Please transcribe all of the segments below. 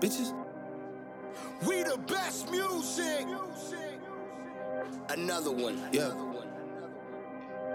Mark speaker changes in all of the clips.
Speaker 1: bitches.
Speaker 2: We the best music. Another one.
Speaker 1: Yeah.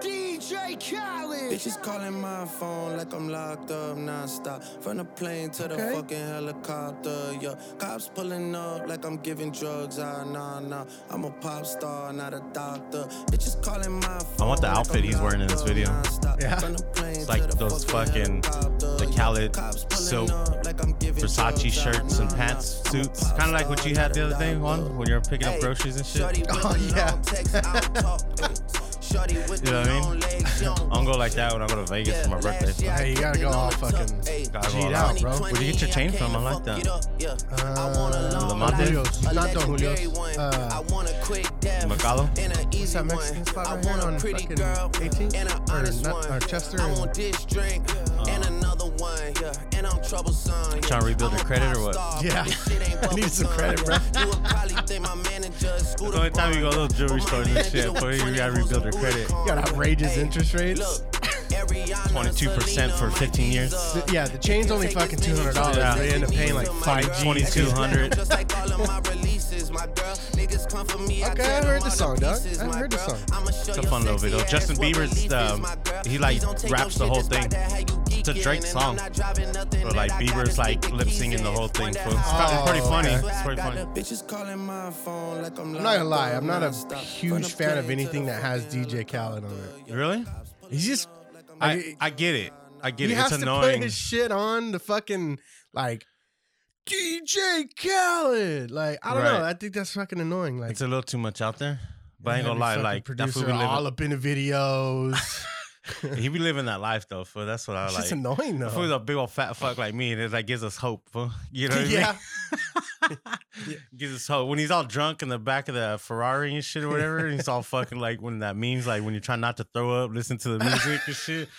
Speaker 2: DJ Khaled.
Speaker 1: Bitches calling my phone like I'm locked up nonstop. From the plane to the
Speaker 3: Okay.
Speaker 1: fucking helicopter, yeah. Cops pulling up like I'm giving drugs. Ah, nah, nah. I'm a pop star, not a doctor. Bitches calling my phone.
Speaker 4: I want the
Speaker 1: like
Speaker 4: outfit
Speaker 1: I'm
Speaker 4: he's wearing in this
Speaker 1: locked up
Speaker 4: video.
Speaker 1: nonstop.
Speaker 3: Yeah.
Speaker 1: From the plane
Speaker 4: It's like
Speaker 1: to the
Speaker 4: those fucking-
Speaker 1: helicopter,
Speaker 4: the
Speaker 1: yeah.
Speaker 4: Khaled
Speaker 1: Cops pulling
Speaker 4: silk
Speaker 1: up like I'm giving
Speaker 4: Versace
Speaker 1: drugs. Ah,
Speaker 4: shirts and
Speaker 1: nah,
Speaker 4: pants,
Speaker 1: nah. I'm a
Speaker 4: suits.
Speaker 1: pop
Speaker 4: Kind of like what
Speaker 1: star,
Speaker 4: you
Speaker 1: not
Speaker 4: had
Speaker 1: a
Speaker 4: the other day,
Speaker 1: doctor.
Speaker 4: Juan, when you were picking up
Speaker 1: Hey,
Speaker 4: groceries and
Speaker 1: shorty
Speaker 4: shit.
Speaker 1: with
Speaker 3: Oh,
Speaker 1: the
Speaker 3: yeah.
Speaker 1: long text, I'll talk, eh. Shorty with
Speaker 4: You know
Speaker 1: the
Speaker 4: what I mean?
Speaker 1: long legs, she don't
Speaker 4: I don't go like that when I go to Vegas for my birthday.
Speaker 3: Hey, you gotta go all fucking
Speaker 4: Gotta go
Speaker 3: G'd
Speaker 4: all
Speaker 3: out,
Speaker 4: out.
Speaker 3: bro.
Speaker 4: Where'd you get your chain from? I like that.
Speaker 3: Uh,
Speaker 4: Los Montes?
Speaker 3: Julio's. Not Don Julio's. Uh,
Speaker 4: Macalo?
Speaker 3: What's that Mexican spot right here on fucking 18th? Or, not, or Chester and
Speaker 2: This drink
Speaker 4: Uh.
Speaker 2: and another one. Yeah. And I'm troublesome. Yeah.
Speaker 4: Trying to rebuild
Speaker 2: I'm
Speaker 4: her
Speaker 2: a
Speaker 4: credit or
Speaker 2: pop
Speaker 4: what?
Speaker 2: star,
Speaker 3: Yeah.
Speaker 2: but this shit ain't
Speaker 3: I needed some
Speaker 2: bubblegum,
Speaker 3: credit,
Speaker 2: yeah.
Speaker 3: bro.
Speaker 2: You would probably think my manager is
Speaker 4: That's the only time you go to those jewelry stores and shit. Before you gotta rebuild your credit.
Speaker 3: got outrageous interest rates.
Speaker 2: Twenty-two
Speaker 4: 22% for 15 years.
Speaker 3: Th- Yeah, the chain's only fucking two hundred dollars.
Speaker 4: Yeah.
Speaker 3: They end up paying like five G's.
Speaker 4: 2200.
Speaker 2: Just like all of my releases, my girl. Niggas come for me.
Speaker 3: Okay,
Speaker 2: tear
Speaker 3: I
Speaker 2: them
Speaker 3: heard
Speaker 2: all
Speaker 3: this
Speaker 2: to
Speaker 3: song, dog.
Speaker 2: pieces,
Speaker 3: I
Speaker 2: my
Speaker 3: heard this
Speaker 2: girl.
Speaker 3: song.
Speaker 2: I'ma show
Speaker 4: It's a
Speaker 2: your
Speaker 4: fun little
Speaker 2: sexy
Speaker 4: video.
Speaker 2: ass
Speaker 4: Justin
Speaker 2: what
Speaker 4: Bieber's
Speaker 2: releases,
Speaker 4: um,
Speaker 2: my girl.
Speaker 4: he like
Speaker 2: Please don't take no
Speaker 4: raps the
Speaker 2: shit
Speaker 4: whole
Speaker 2: just by
Speaker 4: thing.
Speaker 2: that, how you
Speaker 4: It's a
Speaker 2: geeking,
Speaker 4: Drake
Speaker 2: and I'm
Speaker 4: song,
Speaker 2: not driving nothing
Speaker 4: but
Speaker 2: that
Speaker 4: like
Speaker 2: I gotta
Speaker 4: Bieber's
Speaker 2: stick
Speaker 4: like
Speaker 2: the
Speaker 4: lip
Speaker 2: keys
Speaker 4: singing the
Speaker 2: in.
Speaker 4: whole thing.
Speaker 2: Wonder
Speaker 4: So it's
Speaker 2: how
Speaker 4: probably pretty
Speaker 3: Oh,
Speaker 4: funny.
Speaker 3: okay.
Speaker 4: It's pretty funny.
Speaker 1: Bitches calling my phone like I'm
Speaker 3: I'm not gonna lie, I'm not a huge fan of anything that has DJ Khaled on it.
Speaker 4: Really?
Speaker 3: He's just
Speaker 4: I I get it. I get it.
Speaker 3: he
Speaker 4: It's
Speaker 3: has to put
Speaker 4: annoying.
Speaker 3: his shit on the fucking like DJ Khaled. Like I don't know.
Speaker 4: Right.
Speaker 3: I think that's fucking annoying. Like
Speaker 4: It's a little too much out there. But I ain't
Speaker 3: every
Speaker 4: gonna lie,
Speaker 3: fucking
Speaker 4: like that fool
Speaker 3: producer
Speaker 4: be
Speaker 3: all
Speaker 4: living,
Speaker 3: up in the videos.
Speaker 4: he be living that life though. For that's what I
Speaker 3: It's
Speaker 4: like.
Speaker 3: just annoying
Speaker 4: That fool's
Speaker 3: though.
Speaker 4: a big old fat fuck like me, and it like gives us hope. Fool. You know what I mean?
Speaker 3: yeah.
Speaker 4: gives us hope. When he's all drunk in the back of the Ferrari and shit or whatever, and he's all fucking like when that means like when you're trying not to throw up, listen to the music and shit.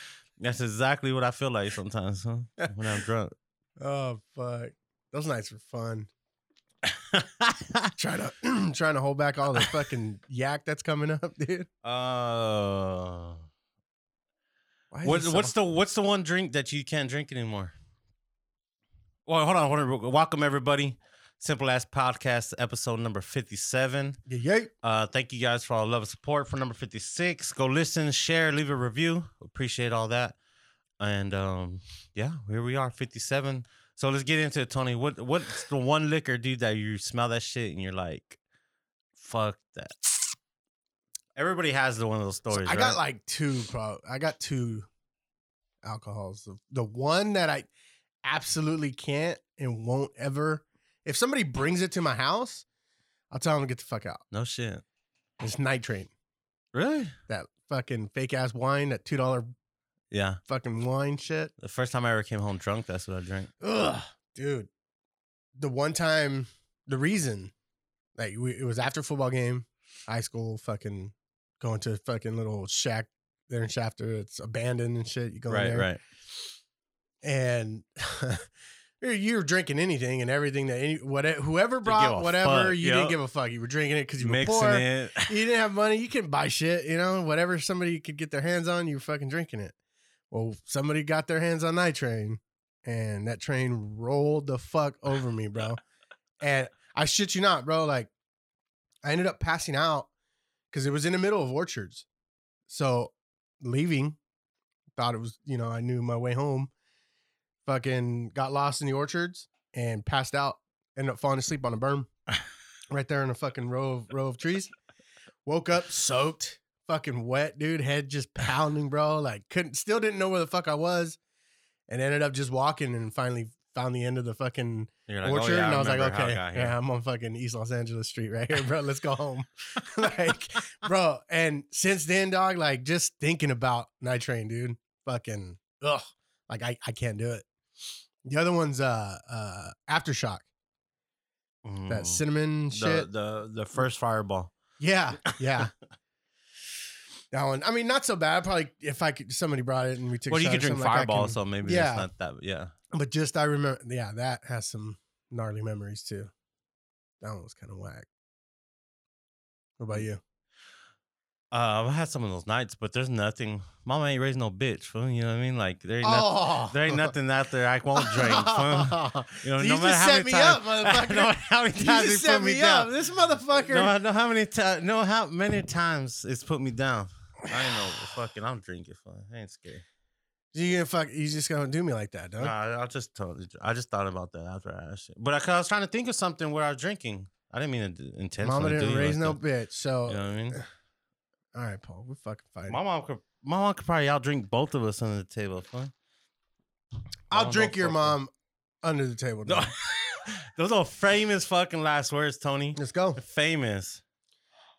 Speaker 4: That's exactly what I feel like sometimes, huh? When I'm drunk.
Speaker 3: Oh fuck. Those nights were fun. Trying to trying to hold back all the fucking yak that's coming up, dude.
Speaker 4: Uh,
Speaker 3: Why is
Speaker 4: what,
Speaker 3: this so-
Speaker 4: what's the what's the one drink that you can't drink anymore? Well, hold on, hold on. real quick. Welcome everybody. Simple Ass Podcast, episode number fifty-seven.
Speaker 3: yeah, yeah.
Speaker 4: Uh, thank you guys for all the love and support for number 56. Go listen, share, leave a review. Appreciate all that. And um, yeah, here we are, 57. So let's get into it, Tony. What what's the one liquor, dude, that you smell that shit and you're like, fuck that. Everybody has the one of those stories.
Speaker 3: I got
Speaker 4: right?
Speaker 3: like two, pro. I got two alcohols. The, the one that I absolutely can't and won't ever. If somebody brings it to my house, I'll tell them to get the fuck out.
Speaker 4: no shit.
Speaker 3: It's nitrate,
Speaker 4: Really?
Speaker 3: that fucking fake ass wine, that two dollar
Speaker 4: Yeah.
Speaker 3: fucking wine shit.
Speaker 4: The first time I ever came home drunk, that's what I drank.
Speaker 3: Ugh, dude. The one time, the reason, like we, it was after football game, high school, fucking going to a fucking little shack there in Shafter. It's abandoned and shit. You go in
Speaker 4: Right,
Speaker 3: there.
Speaker 4: right.
Speaker 3: and you're, you're drinking anything and everything that any, whatever whoever
Speaker 4: give a
Speaker 3: brought whatever
Speaker 4: fuck,
Speaker 3: you
Speaker 4: yep.
Speaker 3: didn't give a fuck. You were drinking it because you were
Speaker 4: Mixing
Speaker 3: poor.
Speaker 4: it.
Speaker 3: You didn't have money. You couldn't buy shit. You know whatever somebody could get their hands on, you were fucking drinking it. Well, somebody got their hands on night train, and that train rolled the fuck over me, bro. and I shit you not, bro. Like I ended up passing out because it was in the middle of orchards. So leaving, thought it was, you know, I knew my way home. Fucking got lost in the orchards and passed out. Ended up falling asleep on a berm right there in a fucking row of row of trees. Woke up soaked, fucking wet, dude. Head just pounding, bro. Like couldn't still didn't know where the fuck I was. And ended up just walking and finally found the end of the fucking
Speaker 4: You're like, oh,
Speaker 3: orchard,
Speaker 4: yeah,
Speaker 3: and I was like,
Speaker 4: remember how it
Speaker 3: okay,
Speaker 4: got here.
Speaker 3: yeah, I'm on fucking East Los Angeles Street right here, bro. Let's go home, like, bro. And since then, dog, like, just thinking about Night Train, dude, fucking, ugh, like, I, I can't do it. The other one's uh uh aftershock, that
Speaker 4: Mm.
Speaker 3: cinnamon shit.
Speaker 4: The, the the first fireball.
Speaker 3: Yeah, yeah. that one. I mean, not so bad. Probably if I could, somebody brought it and we took.
Speaker 4: Well,
Speaker 3: a
Speaker 4: you
Speaker 3: shot
Speaker 4: could
Speaker 3: or
Speaker 4: drink
Speaker 3: something, like, I
Speaker 4: Fireball,
Speaker 3: can-
Speaker 4: so maybe
Speaker 3: Yeah.
Speaker 4: it's not that. Yeah,
Speaker 3: But just I remember, yeah, that has some gnarly memories too. That one was kind of whack. What about you?
Speaker 4: Uh, I've had some of those nights, but there's nothing. Mama ain't raised no bitch. Fool, you know what I mean? Like there ain't nothing.
Speaker 3: Oh.
Speaker 4: There ain't nothing out there I won't drink. fool. You know,
Speaker 3: you
Speaker 4: no matter
Speaker 3: just
Speaker 4: how
Speaker 3: set
Speaker 4: many
Speaker 3: me
Speaker 4: times-
Speaker 3: up, motherfucker.
Speaker 4: no matter how many
Speaker 3: you
Speaker 4: times
Speaker 3: just
Speaker 4: he
Speaker 3: set
Speaker 4: put me,
Speaker 3: me
Speaker 4: down.
Speaker 3: up. This motherfucker.
Speaker 4: No, I know how many times. No, how many times it's put me down. I ain't no fucking. I'm drinking. Fun. I ain't scared.
Speaker 3: you gonna fuck? You just gonna do me like that, dog?
Speaker 4: Nah, I, I just totally. I just thought about that after I asked it. But I, 'cause I was trying to think of something where I was drinking. I didn't mean to d- intentionally.
Speaker 3: Mama didn't
Speaker 4: do
Speaker 3: raise
Speaker 4: like
Speaker 3: no
Speaker 4: that.
Speaker 3: bitch, so
Speaker 4: You know what I mean?
Speaker 3: all right, Paul, we're fucking fighting.
Speaker 4: My mom could. My mom could probably out drink both of us under the table. Huh?
Speaker 3: I'll
Speaker 4: don't
Speaker 3: drink
Speaker 4: know
Speaker 3: your
Speaker 4: fucking-
Speaker 3: mom under the table.
Speaker 4: No.
Speaker 3: dog.
Speaker 4: Those are famous fucking last words, Tony.
Speaker 3: Let's go.
Speaker 4: Famous.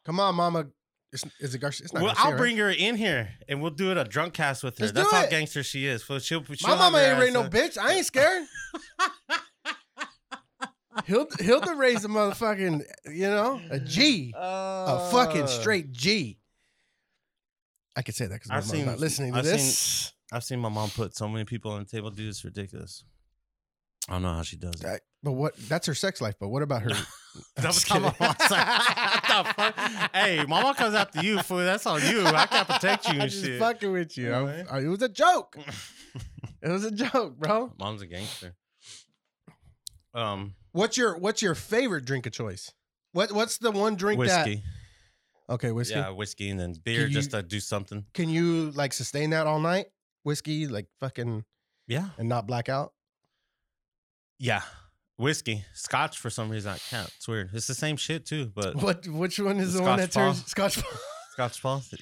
Speaker 3: Come on, mama. It's, is it Garcia? It's not
Speaker 4: Well,
Speaker 3: Garcia,
Speaker 4: I'll
Speaker 3: right?
Speaker 4: bring her in here and we'll do it a drunk cast with her.
Speaker 3: Let's
Speaker 4: That's
Speaker 3: do
Speaker 4: how
Speaker 3: it.
Speaker 4: gangster she is. Fool. She'll, she'll
Speaker 3: My mama
Speaker 4: have your
Speaker 3: ain't raised
Speaker 4: ass
Speaker 3: no
Speaker 4: up.
Speaker 3: bitch. I ain't scared. Hilda, Hilda raised a motherfucking, you know, a G, a fucking straight G. I could say that because my
Speaker 4: I've
Speaker 3: mom's
Speaker 4: seen-
Speaker 3: not listening to
Speaker 4: I've
Speaker 3: this.
Speaker 4: I've seen my mom put so many people on the table, dude. It's ridiculous. I don't know how she does it.
Speaker 3: I- but what? That's her sex life. But what about her? I'm
Speaker 4: That was
Speaker 3: just
Speaker 4: how my
Speaker 3: kidding.
Speaker 4: mom said, "What the fuck? Hey, mama comes after you, fool. That's on you. I can't protect you
Speaker 3: I'm
Speaker 4: and
Speaker 3: just
Speaker 4: shit.
Speaker 3: fucking with you. I'm-
Speaker 4: Alright.
Speaker 3: I- it was a joke. It was a joke, bro.
Speaker 4: Mom's a gangster. Um,
Speaker 3: What's your What's your favorite drink of choice? What What's the one drink
Speaker 4: whiskey.
Speaker 3: that? Okay, whiskey.
Speaker 4: Yeah, whiskey and then beer
Speaker 3: you-
Speaker 4: just to do something.
Speaker 3: Can you like sustain that all night? Whiskey, like fucking,
Speaker 4: Yeah.
Speaker 3: and not black out.
Speaker 4: Yeah. Whiskey. Scotch for some reason I can't. It's weird. It's the same shit too, but
Speaker 3: What? Which one is the,
Speaker 4: The
Speaker 3: one that
Speaker 4: Scotch
Speaker 3: turns
Speaker 4: ball.
Speaker 3: Scotch?
Speaker 4: Scotch balls.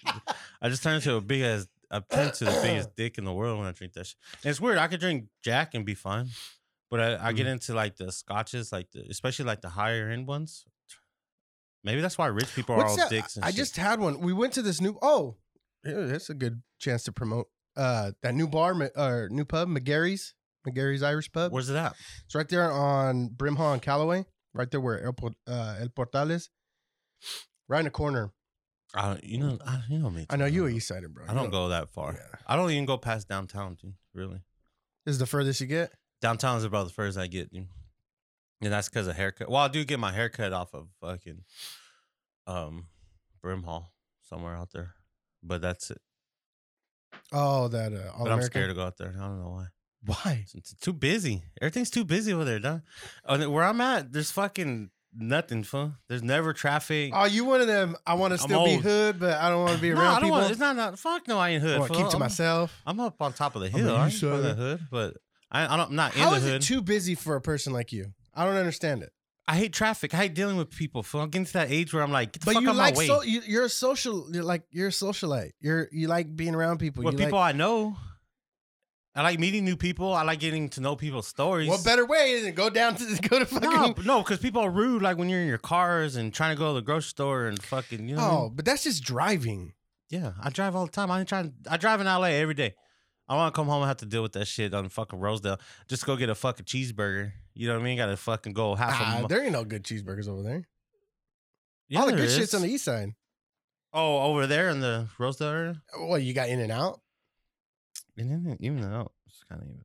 Speaker 4: I just turned into a big ass I turned to the biggest dick in the world when I drink that shit. And it's weird. I could drink Jack and be fine. But I, I
Speaker 3: Mm-hmm.
Speaker 4: get into like the scotches, like the especially like the higher end ones. Maybe that's why rich people are
Speaker 3: What's
Speaker 4: all
Speaker 3: that?
Speaker 4: dicks and
Speaker 3: I
Speaker 4: shit.
Speaker 3: just had one. We went to this new. Oh, yeah, that's a good chance to promote uh that new bar Ma- or new pub, McGarry's, McGarry's Irish Pub.
Speaker 4: Where's it at?
Speaker 3: It's right there on Brimhall and Callaway, right there where El, Port- uh, El Portal is, right in the corner.
Speaker 4: I don't, you know, I, you know me.
Speaker 3: I know
Speaker 4: too.
Speaker 3: you a East Sider, bro.
Speaker 4: Uh, I
Speaker 3: You
Speaker 4: don't go that far.
Speaker 3: Yeah.
Speaker 4: I don't even go past downtown, dude. Really.
Speaker 3: This is the furthest you get.
Speaker 4: Downtown is about the first I get, dude. And that's because of haircut. Well, I do get my haircut off of fucking um Brimhall somewhere out there. But that's it.
Speaker 3: Oh, that uh, all
Speaker 4: but I'm scared
Speaker 3: American.
Speaker 4: to go out there. I don't know why.
Speaker 3: Why?
Speaker 4: It's, it's too busy. Everything's too busy over there, done. Where I'm at, there's fucking nothing, fool. There's never traffic.
Speaker 3: Oh, you one of them? I want to
Speaker 4: I'm
Speaker 3: still be
Speaker 4: old.
Speaker 3: hood, but I don't want to be
Speaker 4: no,
Speaker 3: around
Speaker 4: I don't
Speaker 3: people.
Speaker 4: want, it's not, not fuck no, I ain't
Speaker 3: I
Speaker 4: hood.
Speaker 3: want to
Speaker 4: fool.
Speaker 3: keep to
Speaker 4: I'm,
Speaker 3: myself.
Speaker 4: I'm up on top of the
Speaker 3: I'm a
Speaker 4: hill. I'm
Speaker 3: east
Speaker 4: from the
Speaker 3: sider.
Speaker 4: hood, but I, I don't, I'm not in
Speaker 3: How
Speaker 4: the
Speaker 3: is
Speaker 4: hood.
Speaker 3: it too busy for a person like you? I don't understand it.
Speaker 4: I hate traffic. I hate dealing with people. fool. I'm getting to that age where I'm like, get the
Speaker 3: But
Speaker 4: fuck
Speaker 3: you
Speaker 4: out
Speaker 3: like
Speaker 4: my way.
Speaker 3: so you, you're a social. You're like you're a socialite. You're you like being around people.
Speaker 4: well,
Speaker 3: you
Speaker 4: people
Speaker 3: like,
Speaker 4: I know. I like meeting new people. I like getting to know people's stories.
Speaker 3: what better way than go down to go to fucking?
Speaker 4: No, b- no, because people are rude. Like when you're in your cars and trying to go to the grocery store and fucking, you know. what I mean?
Speaker 3: oh, but that's just driving.
Speaker 4: Yeah, I drive all the time. I ain't trying. I drive in LA every day. I want to come home and have to deal with that shit on fucking Rosedale. Just go get a fucking cheeseburger. You know what I mean? Got to fucking go half a
Speaker 3: Ah,
Speaker 4: mile.
Speaker 3: there ain't no good cheeseburgers over there.
Speaker 4: Yeah,
Speaker 3: All the
Speaker 4: there
Speaker 3: good
Speaker 4: is.
Speaker 3: shit's on the east side.
Speaker 4: Oh, over there in the Rosedale area.
Speaker 3: Well, you got In and Out.
Speaker 4: And then even though it's kind of even.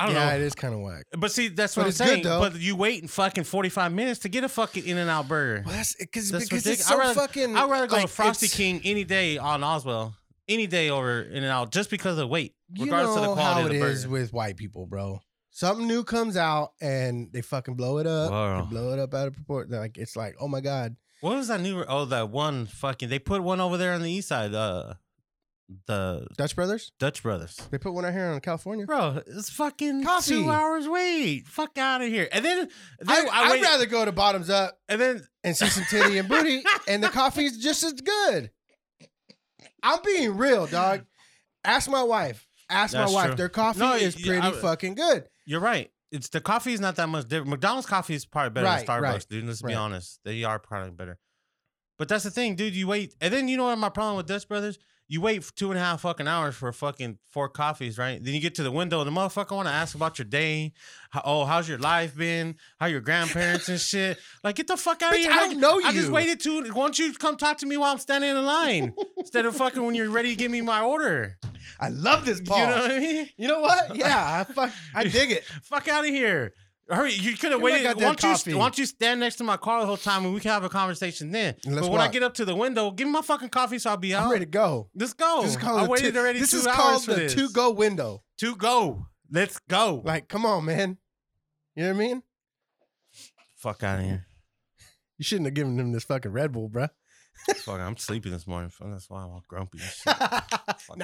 Speaker 4: I don't
Speaker 3: yeah,
Speaker 4: know.
Speaker 3: it is kind of whack.
Speaker 4: But see, that's
Speaker 3: But
Speaker 4: what I'm
Speaker 3: it's good,
Speaker 4: saying.
Speaker 3: though.
Speaker 4: but you wait in fucking 45 minutes to get a fucking In and Out burger.
Speaker 3: Well, that's because
Speaker 4: That's
Speaker 3: because
Speaker 4: ridiculous.
Speaker 3: it's so
Speaker 4: I'd rather-
Speaker 3: fucking.
Speaker 4: I'd rather go
Speaker 3: like,
Speaker 4: to Frosty
Speaker 3: it's-
Speaker 4: King any day on Oswell, any day over In and Out, just because of the weight,
Speaker 3: You
Speaker 4: regardless
Speaker 3: know
Speaker 4: of the quality
Speaker 3: how
Speaker 4: of the
Speaker 3: it
Speaker 4: burger.
Speaker 3: is with white people, bro. Something new comes out and they fucking blow it up.
Speaker 4: Wow.
Speaker 3: They blow it up out of proportion. Like it's like, oh my god,
Speaker 4: what was that new? Oh, that one fucking. They put one over there on the east side, uh, the
Speaker 3: Dutch Brothers.
Speaker 4: Dutch Brothers.
Speaker 3: They put one out here in California.
Speaker 4: Bro, it's fucking
Speaker 3: Coffee.
Speaker 4: two hours wait. Fuck out of here. And then,
Speaker 3: I,
Speaker 4: then I,
Speaker 3: I would
Speaker 4: wait,
Speaker 3: rather go to Bottoms Up
Speaker 4: and then
Speaker 3: and see some titty and booty, and the coffee's just as good. I'm being real, dog. Ask my wife. Ask
Speaker 4: That's
Speaker 3: my wife.
Speaker 4: true.
Speaker 3: Their coffee
Speaker 4: No,
Speaker 3: is
Speaker 4: y-
Speaker 3: pretty
Speaker 4: I-
Speaker 3: fucking good.
Speaker 4: You're right. It's the coffee is not that much different. McDonald's coffee is probably better
Speaker 3: Right,
Speaker 4: than Starbucks,
Speaker 3: right,
Speaker 4: dude. Let's
Speaker 3: right.
Speaker 4: be honest. They are probably better. But that's the thing, dude. You wait, and then you know what my problem with Dutch Brothers? You wait for two and a half fucking hours for fucking four coffees, right? Then you get to the window, and the motherfucker want to ask about your day. How, oh, how's your life been? How your grandparents and shit? Like, get the fuck out of
Speaker 3: Bitch,
Speaker 4: here!
Speaker 3: I
Speaker 4: Like,
Speaker 3: don't know
Speaker 4: I just
Speaker 3: you.
Speaker 4: waited two. Why don't you come talk to me while I'm standing in line instead of fucking when you're ready to give me my order?
Speaker 3: I love this, Paul.
Speaker 4: You know what I mean?
Speaker 3: You know what? Yeah, I fuck, I dig it.
Speaker 4: Fuck out of here. Hurry, you could have
Speaker 3: me that
Speaker 4: waited. Why
Speaker 3: goddamn
Speaker 4: don't, you,
Speaker 3: coffee.
Speaker 4: why don't you stand next to my car the whole time and we can have a conversation then?
Speaker 3: Let's
Speaker 4: but when I
Speaker 3: walk.
Speaker 4: get up to the window, give me my fucking coffee so I'll be out.
Speaker 3: I'm ready to go.
Speaker 4: Let's go.
Speaker 3: This is
Speaker 4: I
Speaker 3: called, the
Speaker 4: waited
Speaker 3: two-
Speaker 4: already
Speaker 3: this
Speaker 4: two
Speaker 3: is
Speaker 4: hours
Speaker 3: called
Speaker 4: for
Speaker 3: the
Speaker 4: this.
Speaker 3: two go window.
Speaker 4: To go. Let's go.
Speaker 3: Like, come on, man. You know what I mean?
Speaker 4: Fuck out of here.
Speaker 3: You shouldn't have given him this fucking Red Bull, bruh.
Speaker 4: Fuck, I'm sleepy this morning. Fun. That's why I'm all grumpy. and shit.
Speaker 3: now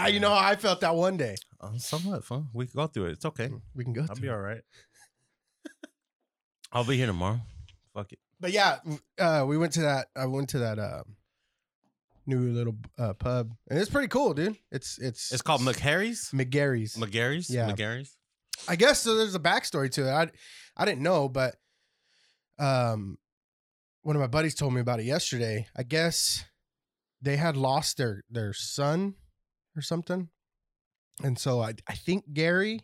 Speaker 4: Fucking
Speaker 3: you know how I felt that one day. Mm,
Speaker 4: I'm somewhat fun. We can go through it. It's okay.
Speaker 3: We can go.
Speaker 4: I'll
Speaker 3: through
Speaker 4: be
Speaker 3: it.
Speaker 4: all right. I'll be here tomorrow. Fuck it.
Speaker 3: But yeah, uh, we went to that. I went to that uh, new little uh, pub, and it's pretty cool, dude. It's it's
Speaker 4: It's called McHarry's.
Speaker 3: McGarry's.
Speaker 4: McGarry's.
Speaker 3: Yeah.
Speaker 4: McGarry's.
Speaker 3: I guess so. There's a backstory to it. I I didn't know, but um, one of my buddies told me about it yesterday. I guess they had lost their their son or something, and so I I think Gary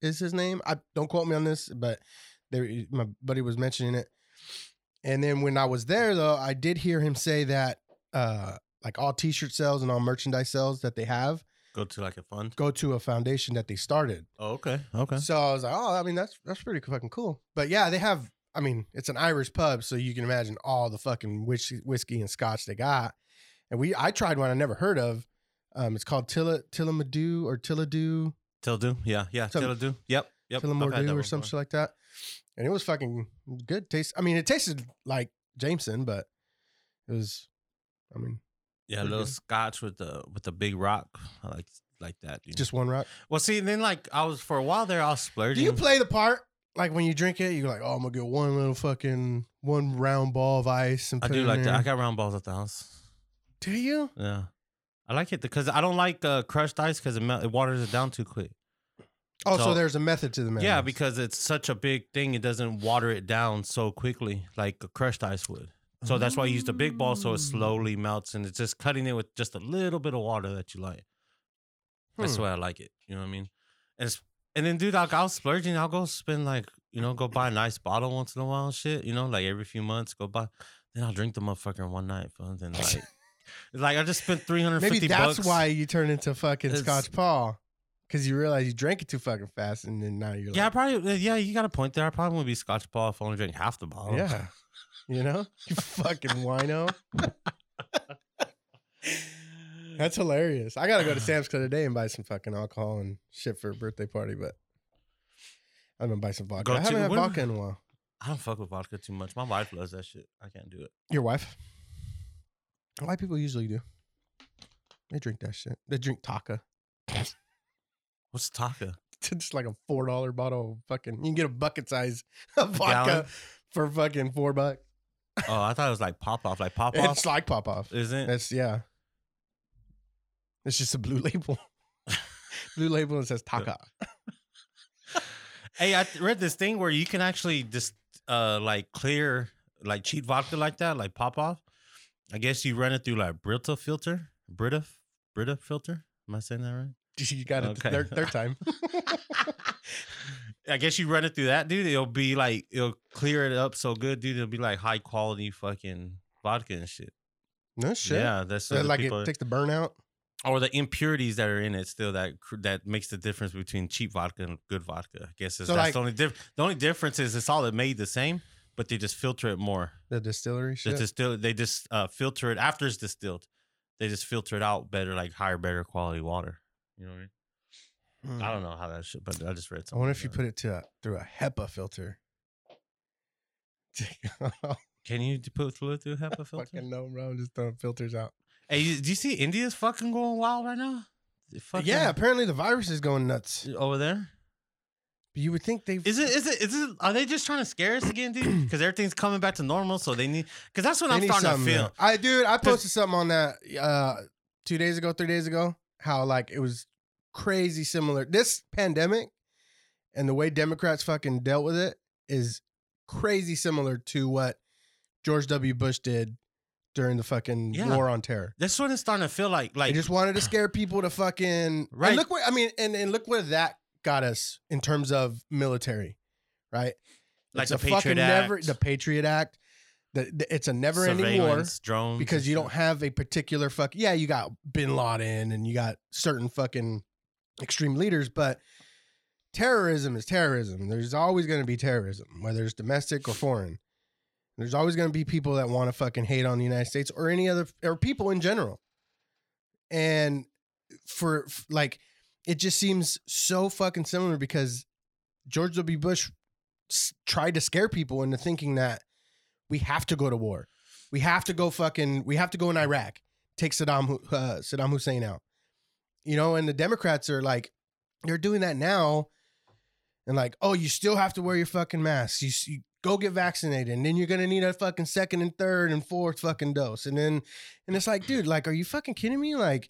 Speaker 3: is his name. I don't quote me on this, but they my buddy was mentioning it. And then when I was there though, I did hear him say that uh like all t-shirt sales and all merchandise sales that they have
Speaker 4: Go to like a fund.
Speaker 3: go to a foundation that they started.
Speaker 4: Oh, okay. Okay.
Speaker 3: So I was like, oh, I mean, that's that's pretty fucking cool. But yeah, they have. I mean, it's an Irish pub, so you can imagine all the fucking whis- whiskey and scotch they got. And we, I tried one I never heard of. Um, it's called Tilla Tillamadu or Tilladoo,
Speaker 4: Till do. Yeah. Yeah.
Speaker 3: Some-
Speaker 4: Till do. Yep. Yep. I've had that
Speaker 3: Tillamordoo or
Speaker 4: one
Speaker 3: some
Speaker 4: before.
Speaker 3: shit like that. And it was fucking good taste. I mean, it tasted like Jameson, but it was. I mean,
Speaker 4: Yeah, a
Speaker 3: Pretty
Speaker 4: little
Speaker 3: good.
Speaker 4: scotch with the with the big rock. I like like that. Dude.
Speaker 3: just one rock.
Speaker 4: well, see, then like I was for a while there, I was
Speaker 3: Do
Speaker 4: splurging.
Speaker 3: you play the part? Like when you drink it, you're like, "Oh, I'm gonna get one little fucking one round ball of ice." And
Speaker 4: I
Speaker 3: put it
Speaker 4: do
Speaker 3: in
Speaker 4: like that.
Speaker 3: there."
Speaker 4: I got round balls at the house.
Speaker 3: do you?
Speaker 4: Yeah, I like it because I don't like uh, crushed ice because it, mel- it waters it down too quick.
Speaker 3: Oh, so
Speaker 4: So-
Speaker 3: there's a method to the madness.
Speaker 4: Yeah, because it's such a big thing, it doesn't water it down so quickly like a crushed ice would. So that's why I use the big ball, so it
Speaker 3: Mm.
Speaker 4: slowly melts, and it's just cutting it with just a little bit of water that you like. That's
Speaker 3: Hmm.
Speaker 4: why I like it. You know what I mean? And it's, and then, dude, like, I'll splurge and I'll go spend like you know go buy a nice bottle once in a while, and shit. You know, like every few months, go buy. Then I'll drink the motherfucker in one night, fun. Then like, like I just spent three hundred fifty.
Speaker 3: maybe that's why you turn into fucking
Speaker 4: It's-
Speaker 3: Scotch Paul because you realize you drank it too fucking fast, and then now you're
Speaker 4: Yeah, I
Speaker 3: like,
Speaker 4: probably. Yeah, you got a point there. I probably would be Scotch ball if I only drink half the bottle.
Speaker 3: yeah, you know, you fucking wino. That's hilarious. I gotta go to Sam's Club today and buy some fucking alcohol and shit for a birthday party, but I'm gonna buy some vodka.
Speaker 4: Go
Speaker 3: I haven't
Speaker 4: to-
Speaker 3: had
Speaker 4: what-
Speaker 3: vodka in a while.
Speaker 4: I don't fuck with vodka too much. My wife loves that shit. I can't do it.
Speaker 3: Your wife? White people usually do. They drink that shit. They drink taka.
Speaker 4: What's taka?
Speaker 3: just like a four dollar bottle of fucking. You can get a bucket size of vodka
Speaker 4: Gallon?
Speaker 3: for fucking four bucks.
Speaker 4: Oh, I thought it was like pop off, like pop
Speaker 3: It's
Speaker 4: off.
Speaker 3: like pop off.
Speaker 4: Isn't it?
Speaker 3: That's yeah. It's just a blue label. blue label and says Taka.
Speaker 4: Hey, I th- read this thing where you can actually just uh like clear like cheap vodka like that, like pop off. I guess you run it through like Brita filter, Brita, Brita filter. Am I saying that right?
Speaker 3: You got it the
Speaker 4: Okay.
Speaker 3: third, third time.
Speaker 4: I guess you run it through that, dude. It'll be like it'll clear it up so good, dude. It'll be like high quality fucking vodka and shit.
Speaker 3: no shit.
Speaker 4: Yeah, that's
Speaker 3: So
Speaker 4: so the
Speaker 3: like
Speaker 4: people-
Speaker 3: it takes the burnout.
Speaker 4: or the impurities that are in it still that cr- that makes the difference between cheap vodka and good vodka. I guess is
Speaker 3: So,
Speaker 4: that's
Speaker 3: like-
Speaker 4: the only diff- the only difference is it's all made the same, but they just filter it more.
Speaker 3: The distillery
Speaker 4: They
Speaker 3: shit.
Speaker 4: distill they just uh, filter it after it's distilled. They just filter it out better, like higher, better quality water. You know what I mean?
Speaker 3: Hmm.
Speaker 4: I don't know how that should, but I just read
Speaker 3: I
Speaker 4: something.
Speaker 3: wonder if you
Speaker 4: about
Speaker 3: put it to a, through a HEPA filter.
Speaker 4: Can you d- put fluid through HEPA filter?
Speaker 3: fucking no, bro. I'm just throwing filters out.
Speaker 4: hey, you- do you see India's fucking going wild right now? They fucking-
Speaker 3: yeah, apparently the virus is going nuts.
Speaker 4: over there.
Speaker 3: But you would think they
Speaker 4: Is it? Is it? Is it? Are they just trying to scare us again, dude? Because everything's coming back to normal, so they need. Because that's what
Speaker 3: They
Speaker 4: I'm
Speaker 3: need
Speaker 4: starting to
Speaker 3: something,
Speaker 4: feel.
Speaker 3: though. I dude, I
Speaker 4: 'Cause-
Speaker 3: posted something on that uh two days ago, three days ago, how like it was crazy similar. This pandemic and the way Democrats fucking dealt with it is crazy similar to what George W. Bush did during the fucking
Speaker 4: Yeah.
Speaker 3: war on terror.
Speaker 4: That's what it's starting to feel like.
Speaker 3: They
Speaker 4: Like
Speaker 3: just wanted to scare people to fucking right.
Speaker 4: Right.
Speaker 3: And look what I mean, and, and look where that got us in terms of military, right?
Speaker 4: Like
Speaker 3: It's
Speaker 4: the
Speaker 3: a
Speaker 4: Patriot
Speaker 3: fucking Never,
Speaker 4: Act.
Speaker 3: the Patriot Act. The, the- it's a never-ending war
Speaker 4: surveillance, drones,
Speaker 3: because
Speaker 4: and
Speaker 3: you
Speaker 4: shit.
Speaker 3: don't have a particular fuck. Yeah, you got Bin Laden and you got certain fucking extreme leaders, but terrorism is terrorism. There's always going to be terrorism, whether it's domestic or foreign. There's always going to be people that want to fucking hate on the United States or any other or people in general. And for f- like, it just seems so fucking similar because George W. Bush s- tried to scare people into thinking that we have to go to war. We have to go fucking. We have to go in Iraq, take Saddam Hu- uh, Saddam Hussein out. You know, and the Democrats are like, they're doing that now, and like, oh, you still have to wear your fucking mask. You, s- you go get vaccinated, and then you're gonna need a fucking second and third and fourth fucking dose, and then, and it's like, dude, like, are you fucking kidding me? Like,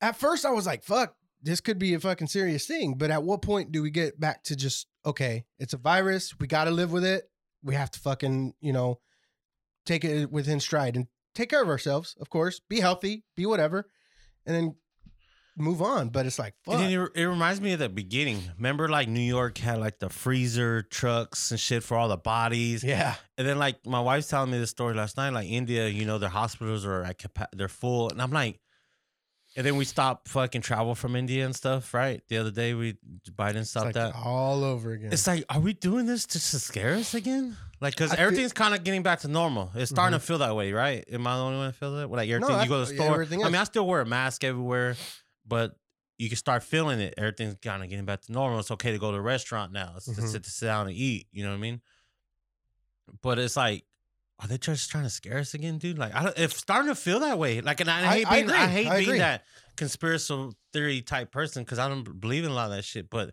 Speaker 3: at first I was like, fuck, this could be a fucking serious thing. But at what point do we get back to just okay, it's a virus, we got to live with it, we have to fucking you know take it within stride and take care of ourselves, of course, be healthy, be whatever, and then move on. But it's like fuck.
Speaker 4: And then it, it reminds me of the beginning. Remember, like New York had like the freezer trucks and shit for all the bodies.
Speaker 3: yeah,
Speaker 4: And then, like my wife's telling me this story last night. Like India, you know, their hospitals are at capa- they're full, and I'm like, and then we stopped fucking travel from India and stuff. Right? The other day, we Biden
Speaker 3: it's
Speaker 4: stopped
Speaker 3: like
Speaker 4: that.
Speaker 3: all over again.
Speaker 4: It's like, are we doing this just to scare us again? Like, because
Speaker 3: I feel- Mm-hmm.
Speaker 4: everything's kind of getting back to normal. It's starting to feel that way, right? Am I the only one that feels that? Like everything
Speaker 3: I-
Speaker 4: you go to the
Speaker 3: yeah,
Speaker 4: store.
Speaker 3: everything
Speaker 4: I mean,
Speaker 3: is.
Speaker 4: I still wear a mask everywhere, but you can start feeling it. Everything's kind of getting back to normal. It's okay to go to a restaurant now. It's
Speaker 3: Mhm.
Speaker 4: just to sit down and eat. You know what I mean? But it's like, are they just trying to scare us again, dude? Like, I don't, it's starting to feel that way. Like, and I,
Speaker 3: I-
Speaker 4: hate
Speaker 3: I
Speaker 4: being, I,
Speaker 3: agree.
Speaker 4: hate
Speaker 3: I
Speaker 4: being
Speaker 3: agree.
Speaker 4: that conspiracy theory type person because I don't b- believe in a lot of that shit. But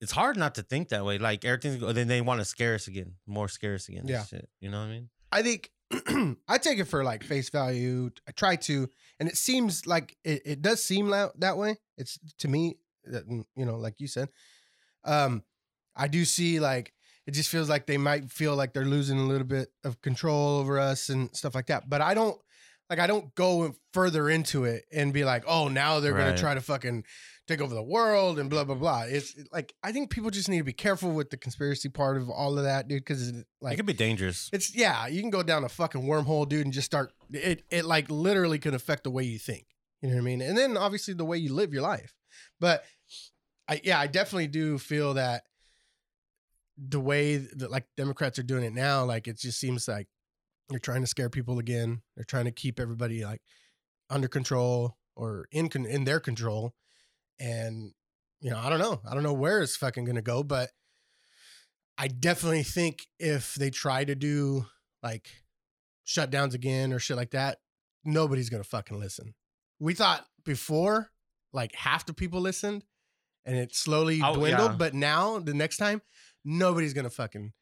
Speaker 4: it's hard not to think that way. Like everything's go- then they want to scare us again, more scare us again. and
Speaker 3: Yeah.
Speaker 4: shit. you know what I mean.
Speaker 3: I think I take it for like face value. I try to, and it seems like it, it does seem that, that way. It's to me, that, mm, you know, like you said, um, I do see like it just feels like they might feel like they're losing a little bit of control over us and stuff like that. But I don't like I don't go further into it and be like, oh, now they're
Speaker 4: Right.
Speaker 3: gonna try to fucking take over the world and blah blah blah. It's like I think people just need to be careful with the conspiracy part of all of that, dude, because
Speaker 4: it
Speaker 3: like
Speaker 4: could be dangerous.
Speaker 3: it's yeah, you can go down a fucking wormhole, dude, and just start it it like literally could affect the way you think. You know what I mean? And then obviously the way you live your life. But I yeah, I definitely do feel that the way that like Democrats are doing it now, like it just seems like they're trying to scare people again. They're trying to keep everybody like under control or in con- in their control. And you know, I don't know. I don't know where it's fucking gonna go, but I definitely think if they try to do like shutdowns again or shit like that, nobody's gonna fucking listen. We thought before like half the people listened and it slowly
Speaker 4: Oh,
Speaker 3: dwindled,
Speaker 4: yeah.
Speaker 3: but now the next time, nobody's gonna fucking